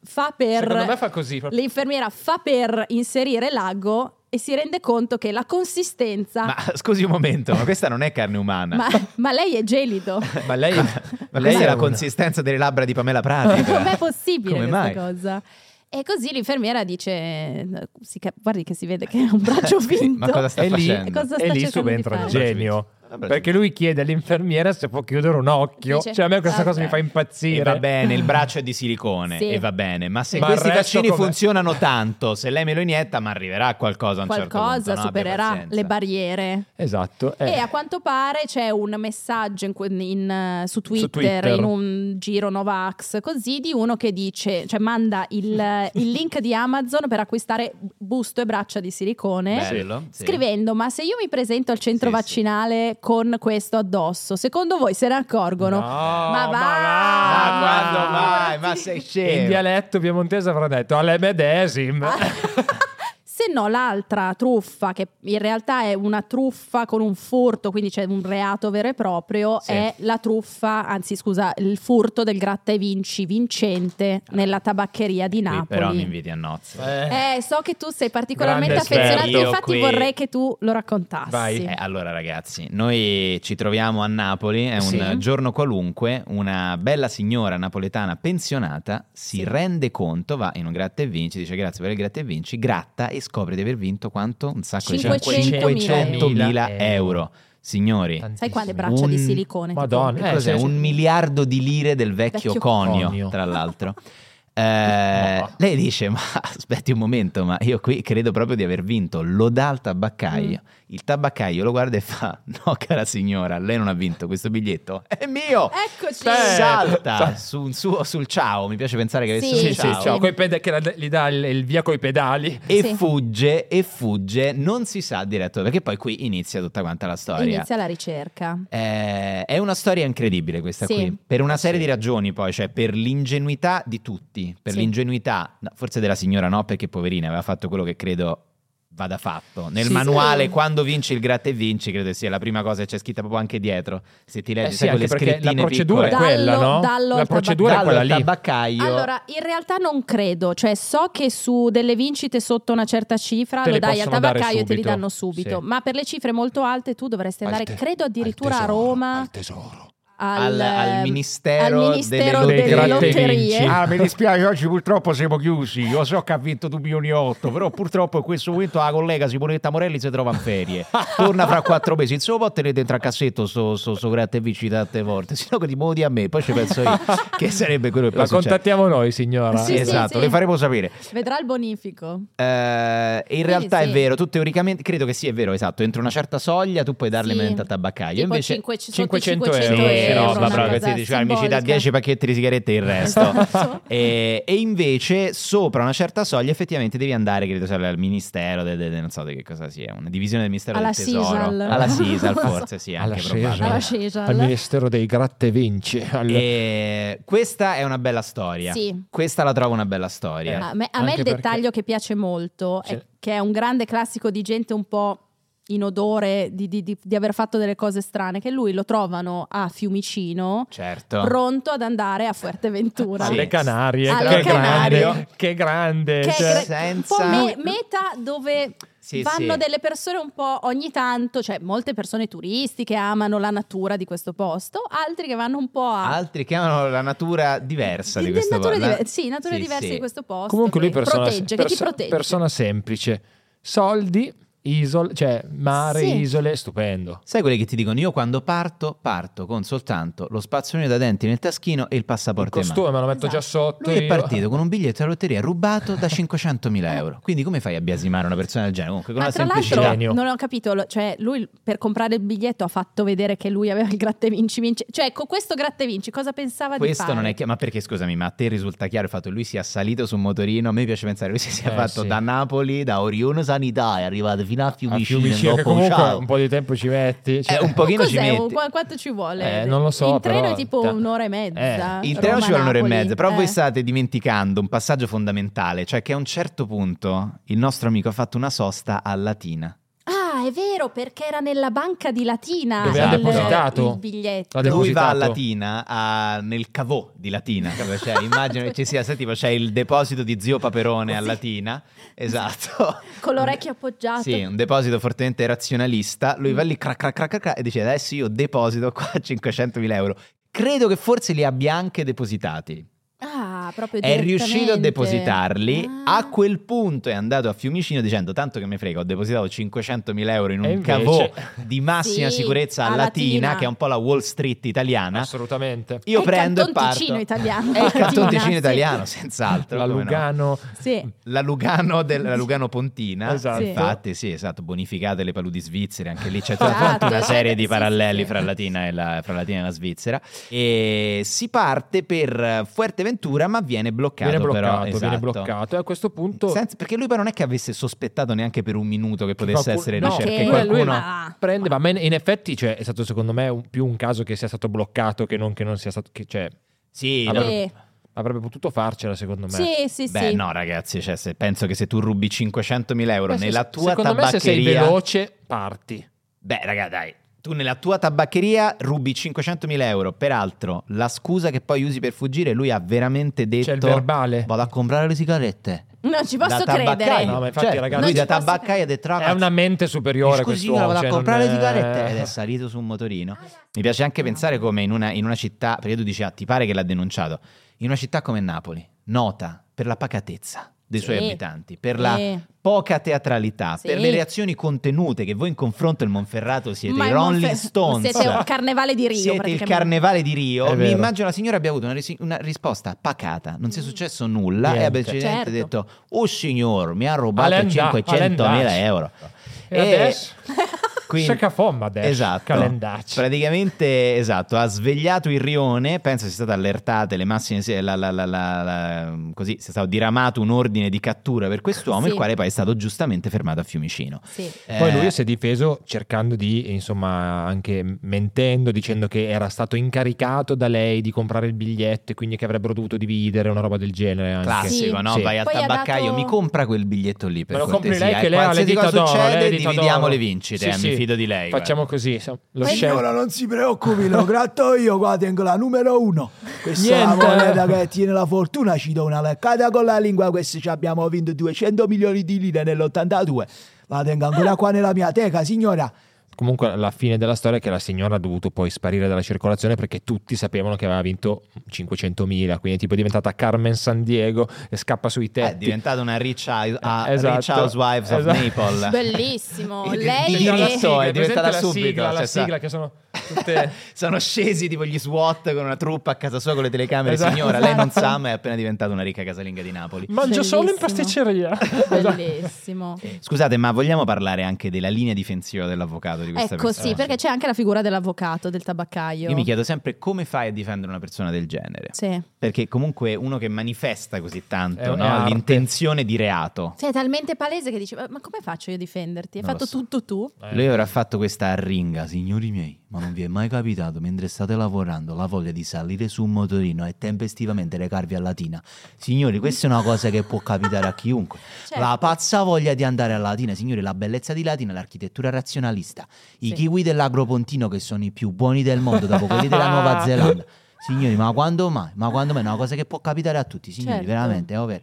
fa per. Secondo me fa così. proprio. L'infermiera fa per inserire l'ago e si rende conto che la consistenza. Ma [LAUGHS] Ma, scusi un momento, ma questa non è carne umana. Ah. ma lei è gelido. [LAUGHS] [LAUGHS] Ma lei, Ma questa è la una- [LAUGHS] consistenza delle labbra di Pamela [LAUGHS] Prati. cioè. Com'è possibile Come questa mai? cosa? E così l'infermiera dice: si cap- Guardi, che si vede che è un braccio [LAUGHS] Sì, finto. ma cosa sta E lì- E facendo? cosa sta E lì cercando di subentra il fare? genio. genio. Vabbè, Perché lui chiede all'infermiera se può chiudere un occhio. Dice, cioè, a me questa vabbè. cosa mi fa E impazzire. va bene, il braccio è di silicone Sì. e va bene, ma se Ma il questi resto vaccini com'è? funzionano tanto, se lei me lo inietta, ma arriverà qualcosa a un certo punto. Qualcosa no? Abbia supererà pazienza. le barriere. Esatto. eh. E a quanto pare c'è un messaggio in que- in, eh, su, Twitter, Twitter. in un giro Novax, così di uno che dice, cioè manda il, il link di Amazon per acquistare busto e braccia di silicone. Bello, sì. Scrivendo, ma se io mi presento al centro Sì, sì. vaccinale con questo addosso, secondo voi se ne accorgono? No, ma va! Ma va! Ah, quando vai? Ma sei In scemo. dialetto piemontese avrà detto alle medesim. [LAUGHS] Ah. Se no, l'altra truffa, che in realtà è una truffa con un furto, quindi c'è un reato vero e proprio, Sì. è la truffa, anzi scusa, il furto del gratta e vinci vincente nella tabaccheria di Eh, Qui però mi Napoli. inviti a nozze. Eh, so che tu sei particolarmente Grande affezionato, esperto. infatti Io qui- vorrei che tu lo raccontassi. Vai. Eh, allora ragazzi, noi ci troviamo a Napoli, è un Sì. giorno qualunque, una bella signora napoletana pensionata si Sì. rende conto, va in un gratta e vinci, dice grazie per il gratta e vinci, gratta e scopre di aver vinto quanto? Un sacco di 500.000 500.000 euro. Signori, Sai quante braccia Un- di silicone? ti Madonna, compri? Che Eh, cos'è? sì, sì. Un miliardo di lire del vecchio, Vecchio conio, conio. tra [LAUGHS] l'altro. Eh, No. Lei dice: Ma aspetti un momento, ma io qui credo proprio di aver vinto. Lo dà al Mm. tabaccaio. Il tabaccaio lo guarda e fa: No, cara signora, lei non ha vinto questo biglietto. È mio! Eccoci! Eh, Sì. Salta Sa- su un suo- sul ciao. Mi piace pensare che avesse Sì, un Sì, sì, ciao. Ciao. ciao, coi peda- che la- gli dà il, il via coi pedali. E Sì. fugge, e fugge, non si sa diretto perché poi qui inizia tutta quanta la storia. Inizia la ricerca. Eh, è una storia incredibile questa Sì. qui, per una serie Sì. di ragioni poi, cioè per l'ingenuità di tutti, Luigi per Sì. l'ingenuità, no, forse della signora no, perché poverina aveva fatto quello che credo vada fatto. Nel Sì. manuale, Sì. quando vinci il gratta e vinci, credo sia la prima cosa che c'è scritta proprio anche dietro. Se ti leggi Eh sì, sai, anche quelle perché scrittine la procedura piccole. Dallo- è quella, no? dallo la al procedura è Dallo quella al lì. tabaccaio. Allora, in realtà non credo, cioè so che su delle vincite sotto una certa cifra Te le lo dai al possono dare tabaccaio e te li subito. danno subito, Sì. ma per le cifre molto alte tu dovresti andare, Al te- credo addirittura al a tesoro, Roma, al tesoro. al, al ehm, ministero, al Ministero delle, lotterie. delle Gratte e lotterie. Vinci. Ah, mi dispiace, oggi purtroppo siamo chiusi. Io so che ha vinto 2 milioni e 8, però purtroppo in questo momento la collega Simonetta Morelli si trova [LAUGHS] in ferie. Torna fra quattro mesi. Insomma, può tenere dentro a cassetto sto, sto, sto gratta e vinci tante volte. Se no, che ti modi a me, poi ci penso [LAUGHS] io. Che sarebbe quello che poi La succede. contattiamo noi, signora. Sì, sì. esatto, le faremo sapere. Vedrà il bonifico. Eh, in realtà sì. è vero, tu teoricamente credo che sia vero, esatto, entro una certa soglia tu puoi darle Sì. merenda al tabaccaio. Tipo invece 5, sotto i 500 sì, euro, sì, euro, no, una ma proprio cosa così, dici, "Guarda, ah, mi ci dà simbolica. 10 pacchetti di sigarette e il resto. Esatto. e, e invece sopra una certa soglia effettivamente devi andare, credo, cioè, al ministero, de- de- de- non so di che cosa sia, una divisione del ministero Alla del tesoro. Sisal. [LAUGHS] Alla Sisal forse, sì, Alla anche Sisal. probabile. [LAUGHS] Alla Cesar. Al ministero dei gratte vinci. al- Eh, E questa è una bella storia. Sì. Questa la trovo una bella storia. A me, a me Anche il dettaglio che piace molto Sì. è che è un grande classico di gente un po' in odore di, di- di- di aver fatto delle cose strane, che lui lo trovano a Fiumicino Certo. pronto ad andare a Fuerteventura. Sì. Alle Canarie, Alle che Canarie. grande, che grande. Che è cioè. gre- senza- un po' me- meta dove Sì, vanno sì. delle persone un po' ogni tanto, cioè molte persone turistiche amano la natura di questo posto, altri che vanno un po' a Altri che hanno la natura diversa di, Ah. Di- questo nature posto. diver- sì, nature Sì, diverse sì. di questo posto. Comunque lui che persona, protegge, che ti perso- protegge. persona semplice, soldi, isole, cioè mare, Sì. isole, stupendo. Sai quelli che ti dicono? Io quando parto, parto con soltanto lo spazzolino da denti nel taschino e il Il passaporto in mano. costume me lo metto già Esatto. sotto. Lui è io. partito con un biglietto alla lotteria rubato da 500.000 euro. Quindi come fai a biasimare una persona del genere? Comunque con Ma una tra semplicità. l'altro Genio. non ho capito, lo- cioè lui per comprare il biglietto ha fatto vedere che lui aveva il grattevinci vinci, cioè con questo grattevinci cosa pensava di Questo fare? non è chiaro, ma perché scusami, ma a te risulta chiaro il fatto che lui sia salito su un motorino? A me piace pensare che lui si sia Eh, fatto sì. da Napoli, da Orione Sanità, è arrivato fino a a Fiumicino, Fiumicino, che dopo comunque ciao. un po' di tempo ci metti. cioè- Eh, un pochino ci Cos'è? metti. Un- qua- Quanto ci vuole? Eh, non lo so. In treno però- è tipo ta- un'ora e mezza. Eh, In treno ci vuole un'ora e Roma-Napoli. mezza, però voi Eh. state dimenticando un passaggio fondamentale, cioè che a un certo punto il nostro amico ha fatto una sosta a Latina. Ah, è vero, perché era nella banca di Latina Dove ha il, depositato. il biglietto. Ha Lui va a depositato. Latina a- nel cavò di Latina, capito? [LAUGHS] cioè, immagino che ci sia, sai, tipo, c'è il deposito di zio Paperone Sì. a Esatto. Latina, esatto. Con l'orecchio appoggiato. Sì, un deposito fortemente razionalista. Lui va lì crac, crac, crac, crac, crac, e dice adesso io deposito qua 500.000 euro. Credo che forse li abbia anche depositati. Ah, proprio È riuscito a direttamente. depositarli. Ah. A quel punto è andato a Fiumicino dicendo tanto che mi frega, ho depositato 500.000 euro in un E invece- [LAUGHS] cavò di massima Sì, sicurezza a a Latina, Latina. che è un po' la Wall Street italiana. Assolutamente. È Io il prendo e Canton parto. Ticino italiano. [LAUGHS] È il Canton Latina, Ticino sì. italiano, senz'altro. La come no? Lugano. Sì. La Lugano, del- la Lugano Pontina, Esatto. infatti, sì, esatto, bonificate le paludi svizzere, anche lì c'è Esatto, tutta una cioè, serie sì, di sì, paralleli sì. fra Latina, e la, fra Latina e la Svizzera. E si parte per Fuerteventura, ma viene bloccato. Viene bloccato, però, viene esatto. bloccato. E a questo punto Senza- perché lui però non è che avesse sospettato neanche per un minuto che potesse qualcuno- essere no, ricerca. che che lui- qualcuno... ma- prende, va, ma in, in effetti cioè, è stato secondo me un- più un caso che sia stato bloccato che non che non sia stato... Che, cioè, Sì, Allora, no. Sì. avrebbe potuto farcela secondo me. eh, Sì, sì, sì. Beh, no, ragazzi, cioè, se- penso che se tu rubi 500.000 euro Beh, se- nella tua secondo me se sei tabaccheria... veloce parti. Beh, raga, dai. Tu nella tua tabaccheria rubi 500.000 euro. Peraltro, la scusa che poi usi per fuggire, lui ha veramente detto: C'è il verbale. Vado a comprare le sigarette. Non ci posso da tabaccaio. credere. No, ma infatti, Cioè, ragazzi- lui Non da ci posso tabaccaia ha detto: "Raga, È una mente mi superiore scusi, questo io uomo. vado a cioè, comprare le non è- sigarette ed è salito su un motorino. Mi piace anche pensare come in una, in una città, perché tu dici, ah, ti pare che l'ha denunciato, in una città come Napoli, nota per la pacatezza dei suoi Sì. abitanti, per la Sì. poca teatralità, Sì. per le reazioni contenute che voi in confronto al Monferrato siete Ma i il Rolling Monfer- Stones. Cioè, siete un carnevale di Rio, Siete il praticamente. carnevale di È Rio. Mi vero. immagino la signora abbia avuto una, risi- una risposta pacata, non sia successo nulla e Niente. abbia semplicemente Mm. Certo. detto, oh signor, mi ha rubato Alenda- 500.000 Alenda. euro. E adesso? Quindi- Sciacafomma adesso. Esatto. Calendacci. Praticamente, esatto, ha svegliato il rione, penso sia stata allertata le massime, la- la- la- la- la- così, sia stato diramato un ordine di cattura per quest'uomo, Sì. il quale poi è stato giustamente fermato a Fiumicino. [LAUGHS] Sì. Poi lui Eh, si è difeso cercando di, insomma, anche mentendo, dicendo che era stato incaricato da lei di comprare il biglietto e quindi che avrebbero dovuto dividere, una roba del genere. Anche. Classico, Sì. no? Sì. Vai al Poi ha tabaccaio, dato- mi compra quel biglietto lì per Me lo compri cortesia. lei che lei ha le Qualsiasi dita cosa d'oro, le succede, dita dividiamo d'oro. le vincite, Sì, eh, mi sì. fido di lei. Facciamo così. so- Lo Quindi- scemo. Signora, non si preoccupi, lo gratto io, qua tengo la numero uno. Questa Niente. è la moneta che tiene la fortuna, ci do una leccata con la lingua, questi ci abbiamo vinto 200 milioni di lire nell'82. La tengo ancora qua nella mia teca, signora. Comunque la fine della storia è che la signora ha dovuto poi sparire dalla circolazione perché tutti sapevano che aveva vinto 500.000, quindi tipo è diventata Carmen San Diego e scappa sui Guarda, Eh, È tetti. diventata una rich, house- a- Esatto. rich Housewives Esatto. of Naples. Bellissimo. Il- Lei il- e- la so, è È presente diventata la subito. sigla, la cioè, sa- sigla che sono [LAUGHS] tutte- [LAUGHS] sono scesi tipo gli SWAT con una truppa a casa sua con le telecamere. Esatto. Signora, lei non sa, ma è appena diventata una ricca casalinga di Napoli. Mangio solo in Bellissimo. [LAUGHS] pasticceria. Esatto. Bellissimo. Scusate, ma vogliamo parlare anche della linea difensiva dell'avvocato di questa Ecco persona? sì, perché c'è anche la figura dell'avvocato, del tabaccaio. Io mi chiedo sempre come fai a difendere una persona del genere. Sì. Perché comunque uno che manifesta così È tanto no, un'arte. l'intenzione di reato. Sì, è talmente palese che dici, ma ma come faccio io a difenderti? Hai Non lo fatto so. tutto tu? Lui avrà fatto questa arringa, signori miei, ma non vi è mai capitato mentre state lavorando la voglia di salire su un motorino e tempestivamente recarvi a Latina. Signori, questa è una cosa che può capitare a chiunque. Certo. La pazza voglia di andare a Latina, signori, la bellezza di Latina, l'architettura razionalista, i Sì. kiwi dell'agropontino che sono i più buoni del mondo dopo quelli della [LAUGHS] Nuova Zelanda. Signori, ma quando mai? Ma quando mai? È una cosa che può capitare a tutti, signori, Certo. veramente, è over.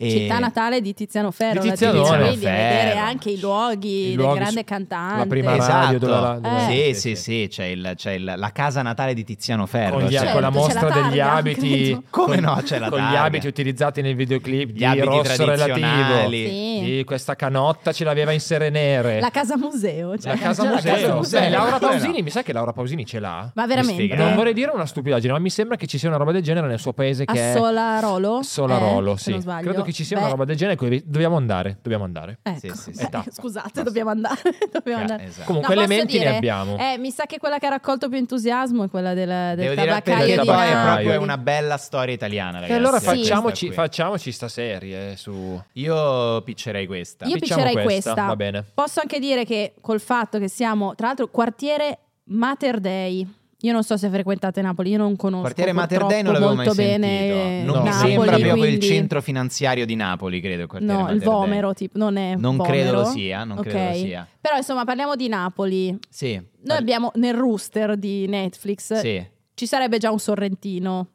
E- Città natale di Tiziano Ferro, Di la Tiziano Tiziano, vedi, Ferro. vedere anche i luoghi I del luoghi grande su- cantante. la prima Esatto. radio dove la- dove la- sì, sì, sì, c'è, il- c'è il- la casa natale di Tiziano Ferro. con, gli- cioè- Certo, con la c'è la mostra targa, degli abiti credo. [LAUGHS] Come con- no, c'è la con gli targa. abiti utilizzati nel videoclip Gli di abiti rosso relativo tradizionali. Sì. Di questa canotta ce l'aveva in sere nere La casa museo. cioè, [LAUGHS] La casa cioè, museo, casa museo. Beh, Laura Come no? Pausini mi sa che Laura Pausini ce l'ha Ma Mi veramente? sfiga. non vorrei dire una stupidaggine ma mi sembra che ci sia una roba del genere nel suo paese A che Solarolo? è Solarolo Eh, se sì non sbaglio. credo che ci sia Beh, una roba del genere quindi dobbiamo andare dobbiamo andare Ecco. Sì, sì, sì. Eh, Età. scusate, dobbiamo andare. [LAUGHS] dobbiamo andare. Esatto. comunque No, posso elementi dire, ne abbiamo Eh, mi sa che quella che ha raccolto più entusiasmo è quella del, del Devo dire a te tabaccaio che di poi è Napoli. proprio una bella storia italiana, ragazzi. e allora sì. facciamoci, Questa qui. facciamoci sta serie eh, su Io piccerei questa. Io Diciamo piccerei questa, questa. va bene. Posso anche dire che col fatto che siamo, tra l'altro, quartiere Mater Dei. Io non so se frequentate Napoli, io non conosco Quartiere Mater purtroppo Dei non l'avevo mai molto bene sentito. Non mi Napoli, sembra proprio il quindi- centro finanziario di Napoli, credo. il quartiere No, Mater il Dei. Vomero, tipo, non è Non Vomero. credo lo sia, non credo Ok. lo sia. Però insomma, parliamo di Napoli. Noi Sì. abbiamo nel rooster di Netflix Sì. ci sarebbe già un sorrentino.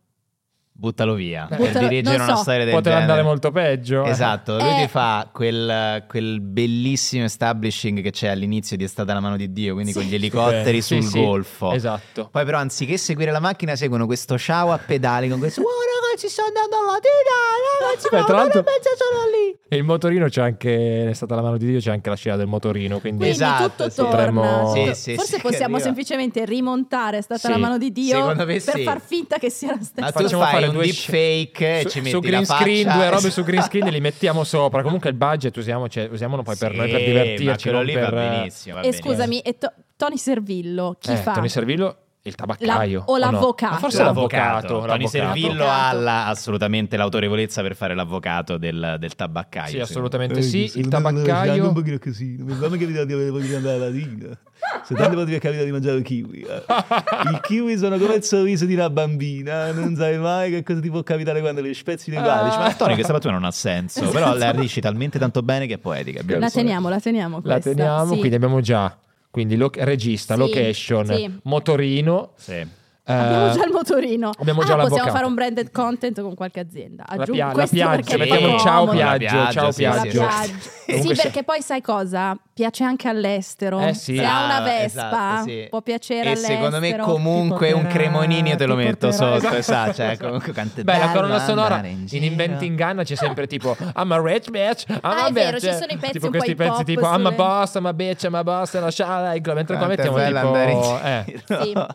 Buttalo via. Beh, per buttalo- dirigere non una so. storia del poteva genere. andare molto peggio eh. Esatto, lui Eh. ti fa quel, quel bellissimo establishing che c'è all'inizio di È stata la mano di Dio, quindi Sì. con gli elicotteri Sì, sul sì, golfo. esatto Poi però anziché seguire la macchina seguono questo ciao a pedali con questo "Oh, ragazzi sto andando alla tina, ragazzi Beh, ma tra una l'altro- mezza sono lì". E il motorino c'è anche, è stata la mano di Dio, c'è anche la scena del motorino, quindi Quindi Esatto, tutto sì. torna. Potremmo- Tutto- Sì, sì, Forse sì, possiamo arriva. semplicemente rimontare, è stata Sì, la mano di Dio, secondo me per sì. far finta che sia la Ma stessa. Ah, tu Facciamo fai fare un due deepfake e su, ci su metti green la screen, faccia. due robe su green screen [LAUGHS] e li mettiamo sopra. Comunque il budget usiamo- cioè, usiamolo poi per noi per Sì, ma divertirci. quello non lì per, va benissimo, va E benissimo. scusami, e To- Tony Servillo, chi eh, fa? Tony Servillo, il tabaccaio. La- o no? l'avvocato. Ma Forse l'avvocato. Tony l'avvocato. Servillo ha L'avvocato. la- assolutamente l'autorevolezza per fare l'avvocato del, del tabaccaio. Sì, secondo Eh, Cioè, assolutamente sì. Il tabaccaio. Non pochino così, non mi fa mai capitare di avere voglia di andare alla Latina. Se tanto potrebbe capitare di mangiare il kiwi. eh. [LAUGHS] I kiwi sono come il sorriso di una bambina, non sai mai che cosa ti può capitare quando le spezzi le me. Ah, guardi. dici, ma Tony questa battuta non ha senso, però la dici talmente tanto bene che è poetica. abbiamo La detto. teniamo, la teniamo La questa, teniamo, sì. quindi abbiamo già quindi lo- regista, Sì, location, sì. motorino. Sì. eh, Abbiamo già il motorino. abbiamo già Ah, possiamo l'avvocato. fare un branded content con qualche azienda. La, Aggiungo pia- la questo piaggia, perché mettiamo fa ciao comodo. La piaggio, piaggia, ciao sì, sì, La sì. piaggio. piaggia. Sì, Comunque sì. perché poi sai cosa? Piace anche all'estero. Eh sì. Se ha una Ah, Vespa, esatto, sì. può piacere E all'estero. secondo me comunque Ti un porterà- cremonino te lo ti metto porterà- sotto, esatto, esatto, cioè, esatto. comunque quanto è Beh, la bello colonna sonora andare in, in giro. Inventing Anna c'è sempre tipo I'm a rich bitch, I'm Ah, a è vero, bitch. ci sono i pezzi tipo un po' questi hip pezzi hop tipo I'm a sulle- boss, I'm a bitch, I'm a boss, la sciala, ecco, mentre qua Quanto è mettiamo bello Ah, andare tipo in eh, giro.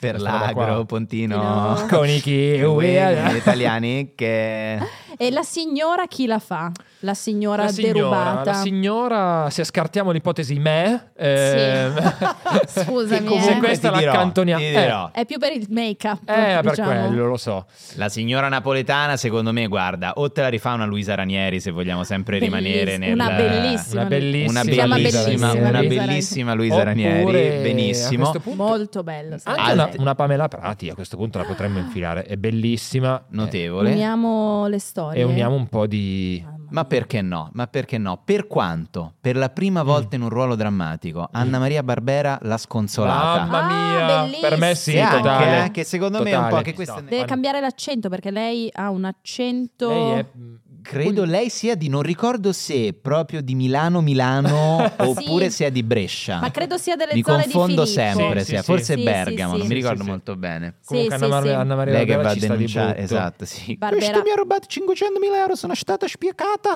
per roba qua. l'agro, Pontino, Pontino. con i kiwi. gli italiani che... E la signora chi la fa? La signora La signora, derubata. la signora, se scartiamo l'ipotesi me, eh, Sì. [LAUGHS] [LAUGHS] Scusami, se eh. questa Ti la dirò, accantoniamo, ti eh, dirò. È più per il make-up, eh, per diciamo. quello lo so. La signora napoletana, secondo me, guarda, o te la rifà una Luisa Ranieri, se vogliamo sempre Belliss- rimanere nel... Una bellissima. Una bellissima, Una Si chiama bellissima, bellissima una Luisa bellissima Luisa Ranieri, Oppure, a benissimo. questo punto, Molto bello. secondo anche una, me. una Pamela Prati a questo punto la potremmo infilare, è bellissima. eh, Notevole. Uniamo le storie. e uniamo un po' di... Mamma Ma perché no? Ma perché no? Per quanto, per la prima Mm. volta in un ruolo drammatico, Anna Maria Barbera l'ha sconsolata. Mamma mia, Ah, per me sì, Sì, anche, totale. eh, che secondo me è un Totale. po' che questa- Deve cambiare l'accento perché lei ha un accento. Lei è- mm, Credo lei sia di, non ricordo se proprio di Milano, Milano, oppure [LAUGHS] Sì. sia di Brescia. Ma credo sia delle Mi zone di confondo Filippo. sempre, Sì, sia, sì, forse sì. Bergamo, Sì, non sì, mi sì, ricordo sì. molto bene. Comunque Sì, Anna, sì, Mar- sì. Anna Maria Lei che Barbera va a ci sta di denunciare, brutto. esatto, sì. Barbera- Questo mi ha rubato 500.000 euro, sono stata spiegata.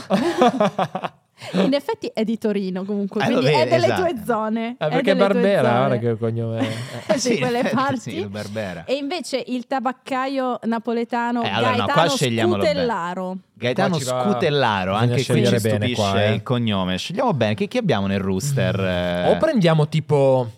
In effetti è di Torino comunque, Eh, lo quindi è vedi, delle esatto. tue zone. Ah, è perché delle tue Barbera, zone. guarda che cognome è. [LAUGHS] Eh, sì, quelle parti. Sì, Barbera. E invece il tabaccaio napoletano Eh, allora, no, qua Gaetano scegliamolo bene. Scutellaro. Gaetano Qua ci va- Scutellaro, bisogna anche qui ci scegliere bene stupisce qua, eh. Mm. il cognome. Scegliamo bene, che chi abbiamo nel rooster? eh? O prendiamo tipo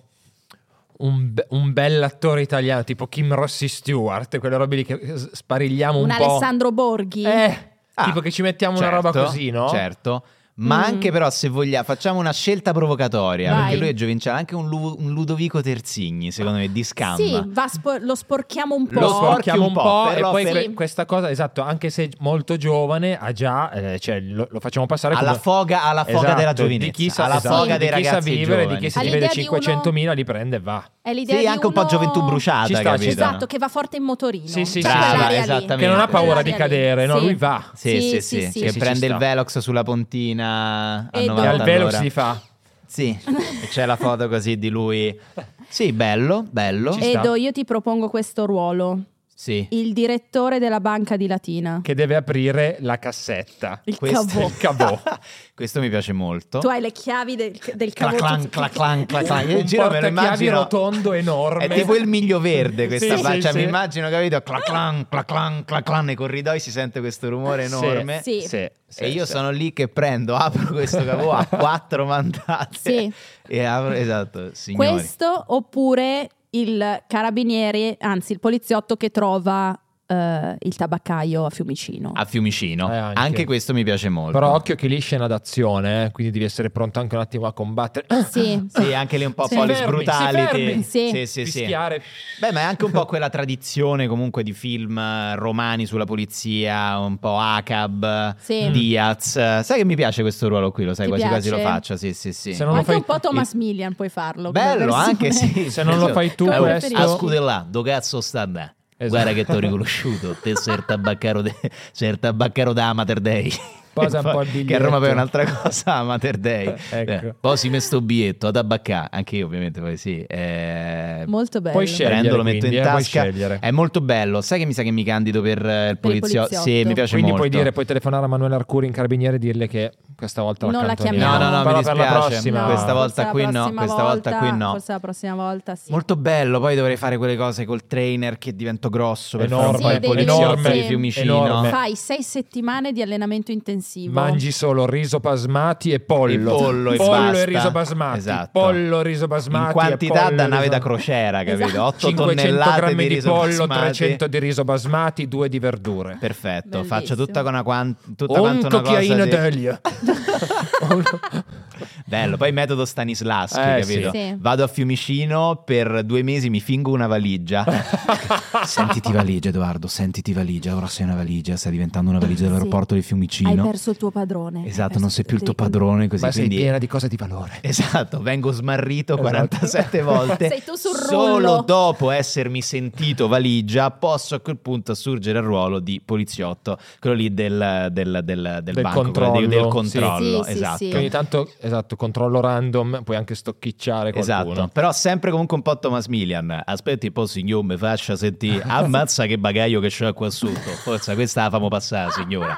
un, be- un bell'attore italiano, tipo Kim Rossi Stewart, quelle robe lì che s- sparigliamo un, Un, po'. Alessandro Borghi. Eh, Ah, tipo che ci mettiamo una roba certo, così, no? Certo. Ma Mm. anche però se vogliamo facciamo una scelta provocatoria, Vai. perché lui è giovinciale, anche un, Lu- un Ludovico Terzigni, secondo me, di scamma. Sì, va spo- lo sporchiamo un po'. Lo Lo sporchi sporchiamo un po', e però poi per- que- questa cosa, esatto, anche se molto giovane, ha già, eh, cioè, lo, lo facciamo passare Alla come- foga, alla foga Esatto, della di giovinezza, chi sa, alla esatto, foga di dei chi sa ragazzi vivere, giovani. di chi si All'idea vede di uno- 500.000 li prende e va. È l'idea Sì, di anche un po' uno- gioventù bruciata, Ci sta, capito? ci sta. Esatto, che va forte in motorino. Cioè, Sì, sì, C'è sì. quell'aria Brava, lì. esattamente. Che non ha paura Quell'aria di lì. cadere, no? Sì. Lui va. Sì, Sì, sì, sì, sì, sì. che Sì, prende ci il sta. Velox sulla pontina a E 90 E al velo all'ora. si fa. Sì, e c'è la foto così di lui. Sì, bello, bello. Ci- sta. Edo, io ti propongo questo ruolo. Sì. Il direttore della banca di Latina. che deve aprire la cassetta. Il Questo- cavò. [LAUGHS] Il cavò. Questo mi piace molto. Tu hai le chiavi del, del Clac, cavò. clan, clac, clan, clac, clan. Io [LAUGHS] Un in giro me lo portachiavi immagino- rotondo enorme. È tipo il miglio verde questa [LAUGHS] Sì, fa- sì, cioè, sì. mi immagino, capito? Clac clan, clac clan, clac clan, nei corridoi si sente questo rumore Sì. enorme. Eh, Sì. sì, E io sì. sono lì che prendo, apro questo cavo [LAUGHS] a quattro mandate. Sì. E apro, esatto, signori. Questo oppure il carabiniere, anzi il poliziotto che trova eh, il tabaccaio a Fiumicino. A Fiumicino. Eh, anche. anche. questo mi piace molto. Però occhio che lì scena d'azione, eh, quindi devi essere pronto anche un attimo a combattere. Sì. Sì, eh. anche lì un po' Si police fermi, si brutality. fermi. Sì. sì, sì. sì. Fischiare. Beh, ma è anche un [LAUGHS] po' quella tradizione comunque di film eh, romani sulla polizia, un po' ACAB, Sì. Mm. Diaz. Eh, Sai che mi piace questo ruolo qui, lo sai, Ti quasi quasi lo piace? faccio, sì, sì, sì. Se non lo anche fai- un po' Thomas Millian puoi farlo. come Bello versione. anche, sì. Se non lo fai tu Come questo... preferisci. A scudella, do cazzo sta andando? Esatto. Guarda che t'ho riconosciuto, te sei il tabaccaro, de- sei il tabaccaro da Amater Day. Posa un po' il Che a Roma poi è biglietto. un'altra cosa, Amater Day. [LAUGHS] Ecco. Eh, poi si messo biglietto a tabaccà, anche io ovviamente poi sì. Eh, Molto bello. Puoi scegliere, prendo, lo metto quindi, in eh, puoi tasca. scegliere. È molto bello. Sai che mi sa che mi candido per eh, il Per il poliziotto? poliziotto. Sì, mi piace Quindi molto. puoi dire, puoi telefonare a Manuele Arcuri in carabiniere e dirle che questa volta Non la accantoniamo. No, chiamiamo. no, no, mi Però per la dispiace. prossima. Questa volta forse la qui no, prossima questa volta qui no. Forse la prossima volta sì. Molto bello, poi dovrei fare quelle cose col trainer che divento grosso per Enorme, fare un po' il sì, poliziotto enorme, di Fiumicino. enorme. Fai sei settimane di allenamento intensivo. Mangi solo riso basmati e pollo. E pollo e basta. riso basmati. Esatto. Pollo riso basmati. In e quantità pollo da e nave riso- da crociera, capito? Esatto. 8 500 tonnellate grammi di di, riso pollo, basmati. 300 di riso basmati, 2 di verdure. Perfetto, Bellissimo. faccio tutta, una, quan- tutta Un quanta una cosa cucchiaino di- d'olio. Bello, poi metodo Stanislaschi, Eh, sì. capito? Sì. Vado a Fiumicino per due mesi, mi fingo una [LAUGHS] valigia. sentiti valigia, Edoardo, sentiti valigia. Ora sei una valigia, stai diventando una valigia dell'aeroporto Sì. di Fiumicino. Hai perso il tuo padrone. Esatto, Hai non perso- sei più il tuo devi con- padrone, così Ma sei quindi piena di cose di valore. [LAUGHS] Esatto, vengo smarrito Esatto. 47 [LAUGHS] volte. Sei tu sul Solo rullo. dopo essermi sentito valigia, posso a quel punto assurgere il ruolo di poliziotto, quello lì del, del, del, del Del banco, quello controllo, di- del sì. controllo. Sì, sì, esatto. sì. Che Ogni tanto, esatto, controllo random, puoi anche stocchicciare qualcuno. Esatto, però sempre comunque un po' Thomas Milian. Aspetti un po', signor, mi faccia sentire. [LAUGHS] Ammazza che bagaglio che c'ho qua sotto. Forza, questa la famo passare, signora.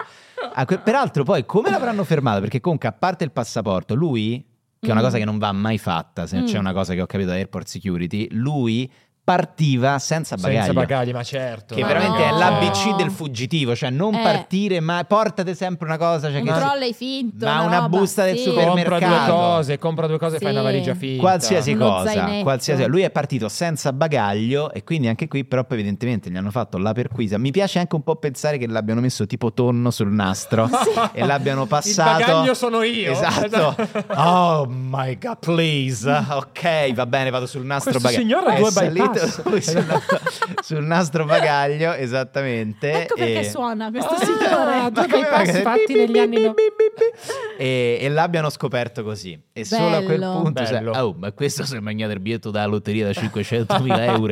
A que- peraltro, poi come l'avranno fermato? Perché comunque, a parte il passaporto, lui, che è una Mm. cosa che non va mai fatta, se Mm. c'è una cosa che ho capito da Airport Security, lui partiva senza bagaglio. Senza bagagli, ma certo. Che Ma veramente no. è l'ABC del fuggitivo, cioè non Eh. partire mai, portate sempre una cosa, cioè Un che trolley finto, ma una una roba, busta del sì. Compra due supermercato. cose, compra due cose e fai Sì. una valigia finta. Qualsiasi Uno cosa, zainetto. qualsiasi- lui è partito senza bagaglio e quindi anche qui però poi evidentemente gli hanno fatto la perquisa. Mi piace anche un po' pensare che l'abbiano messo tipo tonno [LAUGHS] sul nastro e l'abbiano passato. Il bagaglio sono io. Esatto. [LAUGHS] oh my god, please. Ok, va bene, vado sul nastro Questo bagaglio. signore ha È due salito [LAUGHS] bypass. lui sul, sul nastro bagaglio, esattamente. Ecco perché e- suona questo Ah, signore. Ecco due Ma come bypass va? fatti Bip, bip, negli anni bip, no- bip, bip. e, e l'abbiano scoperto così. E solo a quel Bello. punto, sai, Bello. "Oh, ma questo si è mangiato il biglietto da lotteria da 500.000 euro.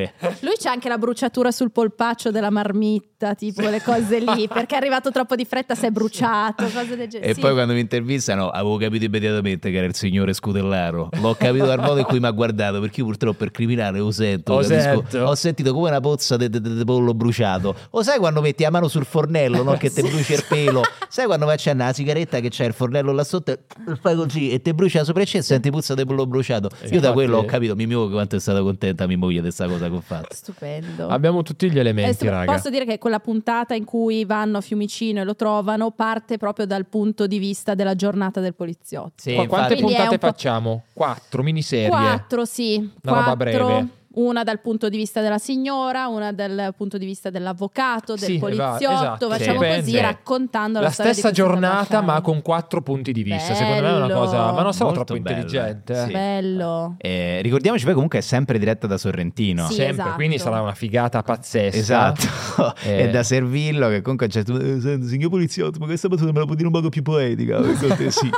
Lui c'ha anche la bruciatura sul polpaccio della marmitta, tipo le cose [LAUGHS] lì, perché è arrivato troppo di fretta, si è bruciato, cose del genere. E Cioè, Sì. poi quando mi intervistano avevo capito immediatamente che era il signore Scudellaro. L'ho capito dal modo in cui mi ha guardato, perché io purtroppo per criminale lo sento, Lo capisco? sento. ho sentito come una pozza di pollo bruciato. O sai quando metti la mano sul fornello, no? che ti brucia il pelo? Sai quando vai a accendere la sigaretta che c'è il fornello là sotto e fai così e ti brucia la sopracciglia e senti puzza di pollo bruciato. Io da infatti- quello ho capito, mi muovo quanto è stata contenta mia moglie di questa cosa che ho fatto. Stupendo. Abbiamo tutti gli Eh, elementi, stu- raga. posso dire che quella puntata in cui vanno a Fiumicino e lo trovano parte proprio dal punto di vista della giornata del poliziotto. Sì, Qua- quante infatti- Quindi è puntate un po'- facciamo? Quattro miniserie. Quattro, sì. Una roba quattro, breve. Una dal punto di vista della signora, una dal punto di vista dell'avvocato, del Sì, va- poliziotto. esatto, Facciamo dipende. così, raccontando la, la storia di stessa questi giornata, avvocati. ma con quattro punti di vista. Secondo me è una Bello. cosa. Ma non sarò Molto troppo bello, intelligente. sì. Bello. Eh, ricordiamoci poi comunque è sempre diretta da Sorrentino. Sì, Sempre, esatto. quindi sarà una figata pazzesca. [LAUGHS] [LAUGHS] Esatto, Eh. e da Servillo che comunque c'è Eh, senti, signor poliziotto, ma questa battuta me la può dire un poco più poetica? Secondo te sì.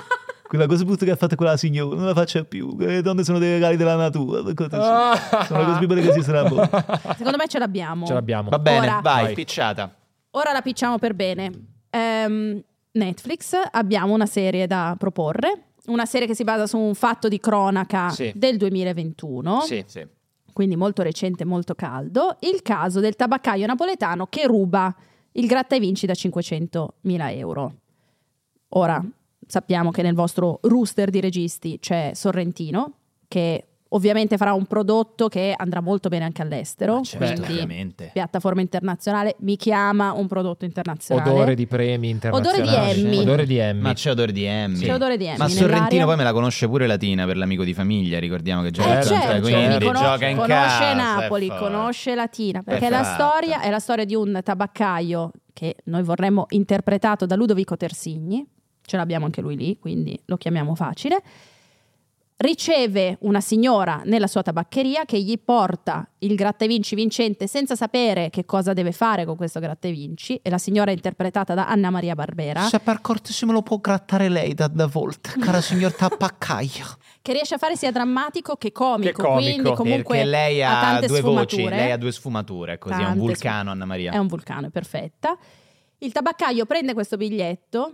Quella cosa brutta che ha fatto quella signora, non la faccia più. Le donne sono dei regali della natura. Secondo te sì. Sono le cose più belle che esistono al mondo. [LAUGHS] Secondo me ce l'abbiamo. Ce l'abbiamo. Va bene, Ora- vai, Vai. picciata. Ora la picciamo per bene. Ehm, Netflix, abbiamo una serie da proporre. Una serie che si basa su un fatto di cronaca Sì. del 2021, Sì. quindi molto recente, molto caldo. Il caso del tabaccaio napoletano che ruba il gratta e vinci da 500.000 euro. Ora sappiamo che nel vostro rooster di registi c'è Sorrentino, che ovviamente farà un prodotto che andrà molto bene anche all'estero. certo, quindi- Ovviamente. piattaforma internazionale mi chiama un prodotto internazionale. Odore di Odore premi internazionali. di Emmy. Odore di Emmy. Ma c'è odore di Emmy. C'è odore di Emmy Ma nell'aria. Sorrentino poi me la conosce pure Latina per l'amico di famiglia, ricordiamo che gioca a Eh, Certo, certo, Atalanta, quindi conos- gioca in conosce casa. Napoli, è forte. conosce Latina, perché È la fatta. storia è la storia di un tabaccaio che noi vorremmo interpretato da Ludovico Tersigni, ce l'abbiamo anche lui lì, quindi lo chiamiamo facile. Riceve una signora nella sua tabaccheria che gli porta il gratta e vinci vincente senza sapere che cosa deve fare con questo gratta e vinci e la signora è interpretata da Anna Maria Barbera. Se per cortesia me lo può grattare lei da, da volta, cara signor Tappaccaio. che riesce a fare sia drammatico che comico. Che comico, quindi comunque Perché lei ha tante due sfumature. voci, lei ha due sfumature, è così, è un Tante vulcano sfumature. Anna Maria. È un vulcano, è perfetta. Il tabaccaio prende questo biglietto,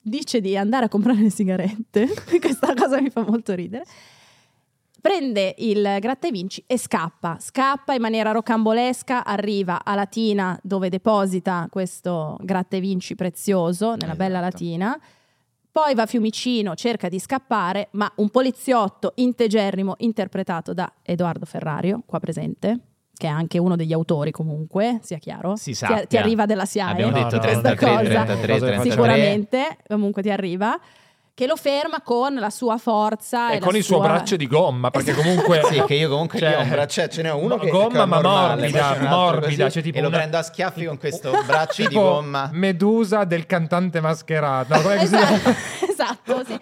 dice di andare a comprare le sigarette, [LAUGHS] questa cosa mi fa molto ridere. Prende il gratta e vinci e scappa, scappa in maniera rocambolesca, arriva a Latina dove deposita questo gratta e vinci prezioso nella Esatto. bella Latina. Poi va a Fiumicino, cerca di scappare, ma un poliziotto integerrimo interpretato da Edoardo Ferrario, qua presente, che è anche uno degli autori comunque, sia chiaro. Si Ti- sappia. Ti arriva della SIAE. Abbiamo No, detto no, questa 33, cosa. 33, 33. Sicuramente, comunque ti arriva. Che lo ferma con la sua forza e, E la con il suo sua- Esatto. braccio di gomma, perché comunque. Sì, [LAUGHS] che io comunque Cioè, gli ho un braccio, ce n'è uno ma che gomma, che è ma normale, morbida, poi c'è un altro morbida, così, cioè tipo e lo una- prendo a schiaffi con questo [LAUGHS] braccio di tipo gomma. Medusa del cantante mascherato. No, com'è che si [LAUGHS] Esatto, chiama? esatto, sì.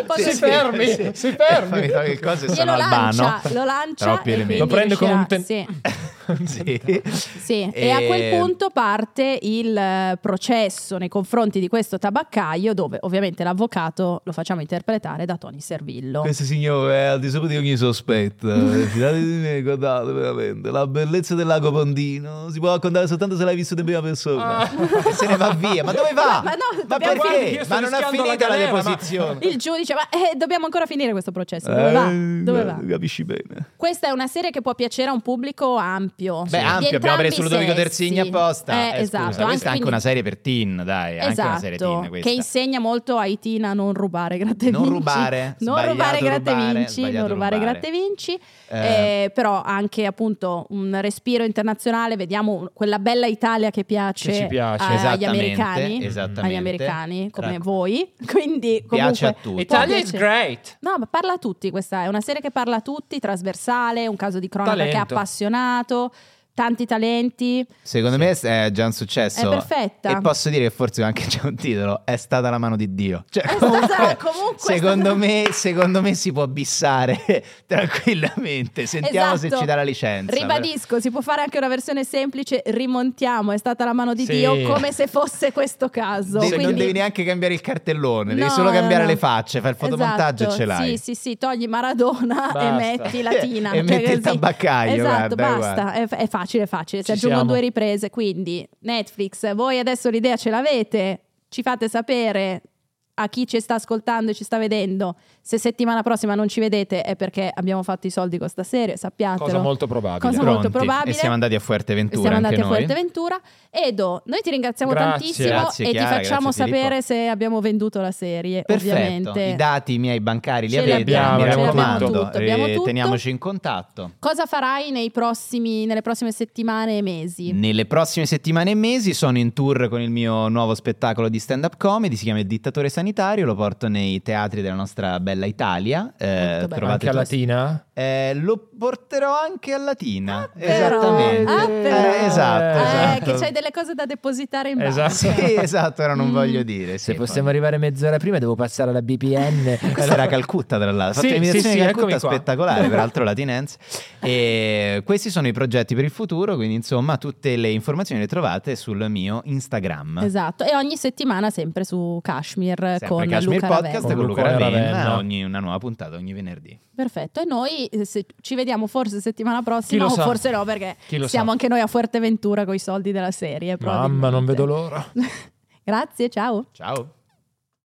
Un po' Sì, così. [LAUGHS] sì, fermi, si fermi. Fammi fare che cose sono Glielo lancia, albano. lo lancia Troppi e elementi. quindi Lo prende come un riuscirà- ten- sì. [LAUGHS] Sì. Sì, e... a quel Ehm, punto parte il eh, processo nei confronti di questo tabaccaio, dove ovviamente l'avvocato lo facciamo interpretare da Tony Servillo. Questo signore è al di sopra di ogni sospetto. eh, Fidate di me, guardate veramente. La bellezza del lago Pondino si può raccontare soltanto se l'hai visto in prima persona. Ah. E se ne va via. Ma dove va? Ma no, ma dobbiamo fare- perché? Io sto Ma non ha rischiando la finito la, galera, ma- deposizione. Il giudice, ma eh, dobbiamo ancora finire questo processo. Dove va? Eh, Dove va? guarda, Capisci bene. Questa è una serie che può piacere a un pubblico am- ampio. Beh, Di ampio, abbiamo entrambi preso i Ludovico sessi. Terzigni apposta. Eh, Eh, esatto. Scusa, questa è anche quindi- una serie per teen, dai, è anche una serie Esatto, teen questa. che insegna molto ai teen a non rubare gratte Non vinci. rubare, non rubare sbagliato gratte rubare, vinci, sbagliato non rubare rubare. gratte vinci, Eh, eh, però anche appunto un respiro internazionale, vediamo un- quella bella Italia che piace, Che ci piace. a- agli esattamente, americani, esattamente. agli americani come Raccom- voi, [LAUGHS] quindi comunque Piace a tutti. può Italia is piacere. great. No, ma parla a tutti questa, è una serie che parla a tutti, trasversale, un caso di cronaca che è Talento. appassionato, tanti talenti, Secondo me è già un successo. È perfetta. E posso dire che forse anche c'è un titolo. È stata la mano di Dio. Cioè, È stata- comunque è secondo, stata- me, secondo me si può bissare [LAUGHS] tranquillamente. Sentiamo se Esatto. ci dà la licenza. Ribadisco, si può fare anche una versione semplice, rimontiamo, è stata la mano di Sì. Dio come se fosse questo caso. Però devi- Non quindi- devi neanche cambiare il cartellone, devi No, solo cambiare no, no. le facce, fai il fotomontaggio Esatto, e ce l'hai. Sì, sì, sì, togli Maradona Basta. e metti Latina. [LAUGHS] E cioè metti il così. tabaccaio, Esatto, guarda, basta, è, è facile, è facile. Si Ci aggiungono siamo. due riprese, quindi Netflix, voi adesso l'idea ce l'avete, ci fate sapere a chi ci sta ascoltando e ci sta vedendo. Se settimana prossima non ci vedete è perché abbiamo fatto i soldi con sta serie, sappiatelo. Cosa molto probabile. Cosa Pronti. molto probabile. E siamo andati a Fuerteventura Siamo andati anche a noi. Fuerteventura. Edo, noi ti ringraziamo Grazie. tantissimo Grazie, e Chiara, ti facciamo grazie, Filippo. sapere se abbiamo venduto la serie. Perfetto, Ovviamente. i dati miei bancari li Ce avete, l'abbiamo, mi abbiamo raccomando, tutto, abbiamo eh, tutto. teniamoci in contatto. Cosa farai nei prossimi- nelle prossime settimane e mesi? Nelle prossime settimane e mesi sono in tour con il mio nuovo spettacolo di stand-up comedy, si chiama Il dittatore sanitario, lo porto nei teatri della nostra bella Italia. eh, Molto bello. trovate Anche a tutti- Latina? Eh, lo porterò anche a Latina. Ah, però. Esattamente. Ah, però. Eh, esatto, Eh, esatto. Che c'hai delle cose da depositare in banca. Esatto. Sì, esatto, ora non Mm. voglio dire. Se sì, possiamo poi- arrivare mezz'ora prima devo passare alla [LAUGHS] BPN. Questa era Calcutta, tra l'altro. Ho Sì, fatto l'imitazione sì, di sì, Calcutta, eccomi qua. spettacolare, [LAUGHS] peraltro latinense. E questi sono i progetti per il futuro, quindi insomma tutte le informazioni le trovate sul mio Instagram. Esatto, e ogni settimana sempre su Kashmir Sempre con Kashmir Luca Podcast Ravenna. con Luca Ravenna, Ravenna. ogni- una nuova puntata ogni venerdì. Perfetto, e noi eh, se- ci vediamo forse settimana Chi prossima lo o sa? forse no perché Chi lo siamo sa? anche noi a Fuerteventura con i soldi della serie. Mamma, non probabilmente. vedo l'ora. Grazie, ciao. Ciao!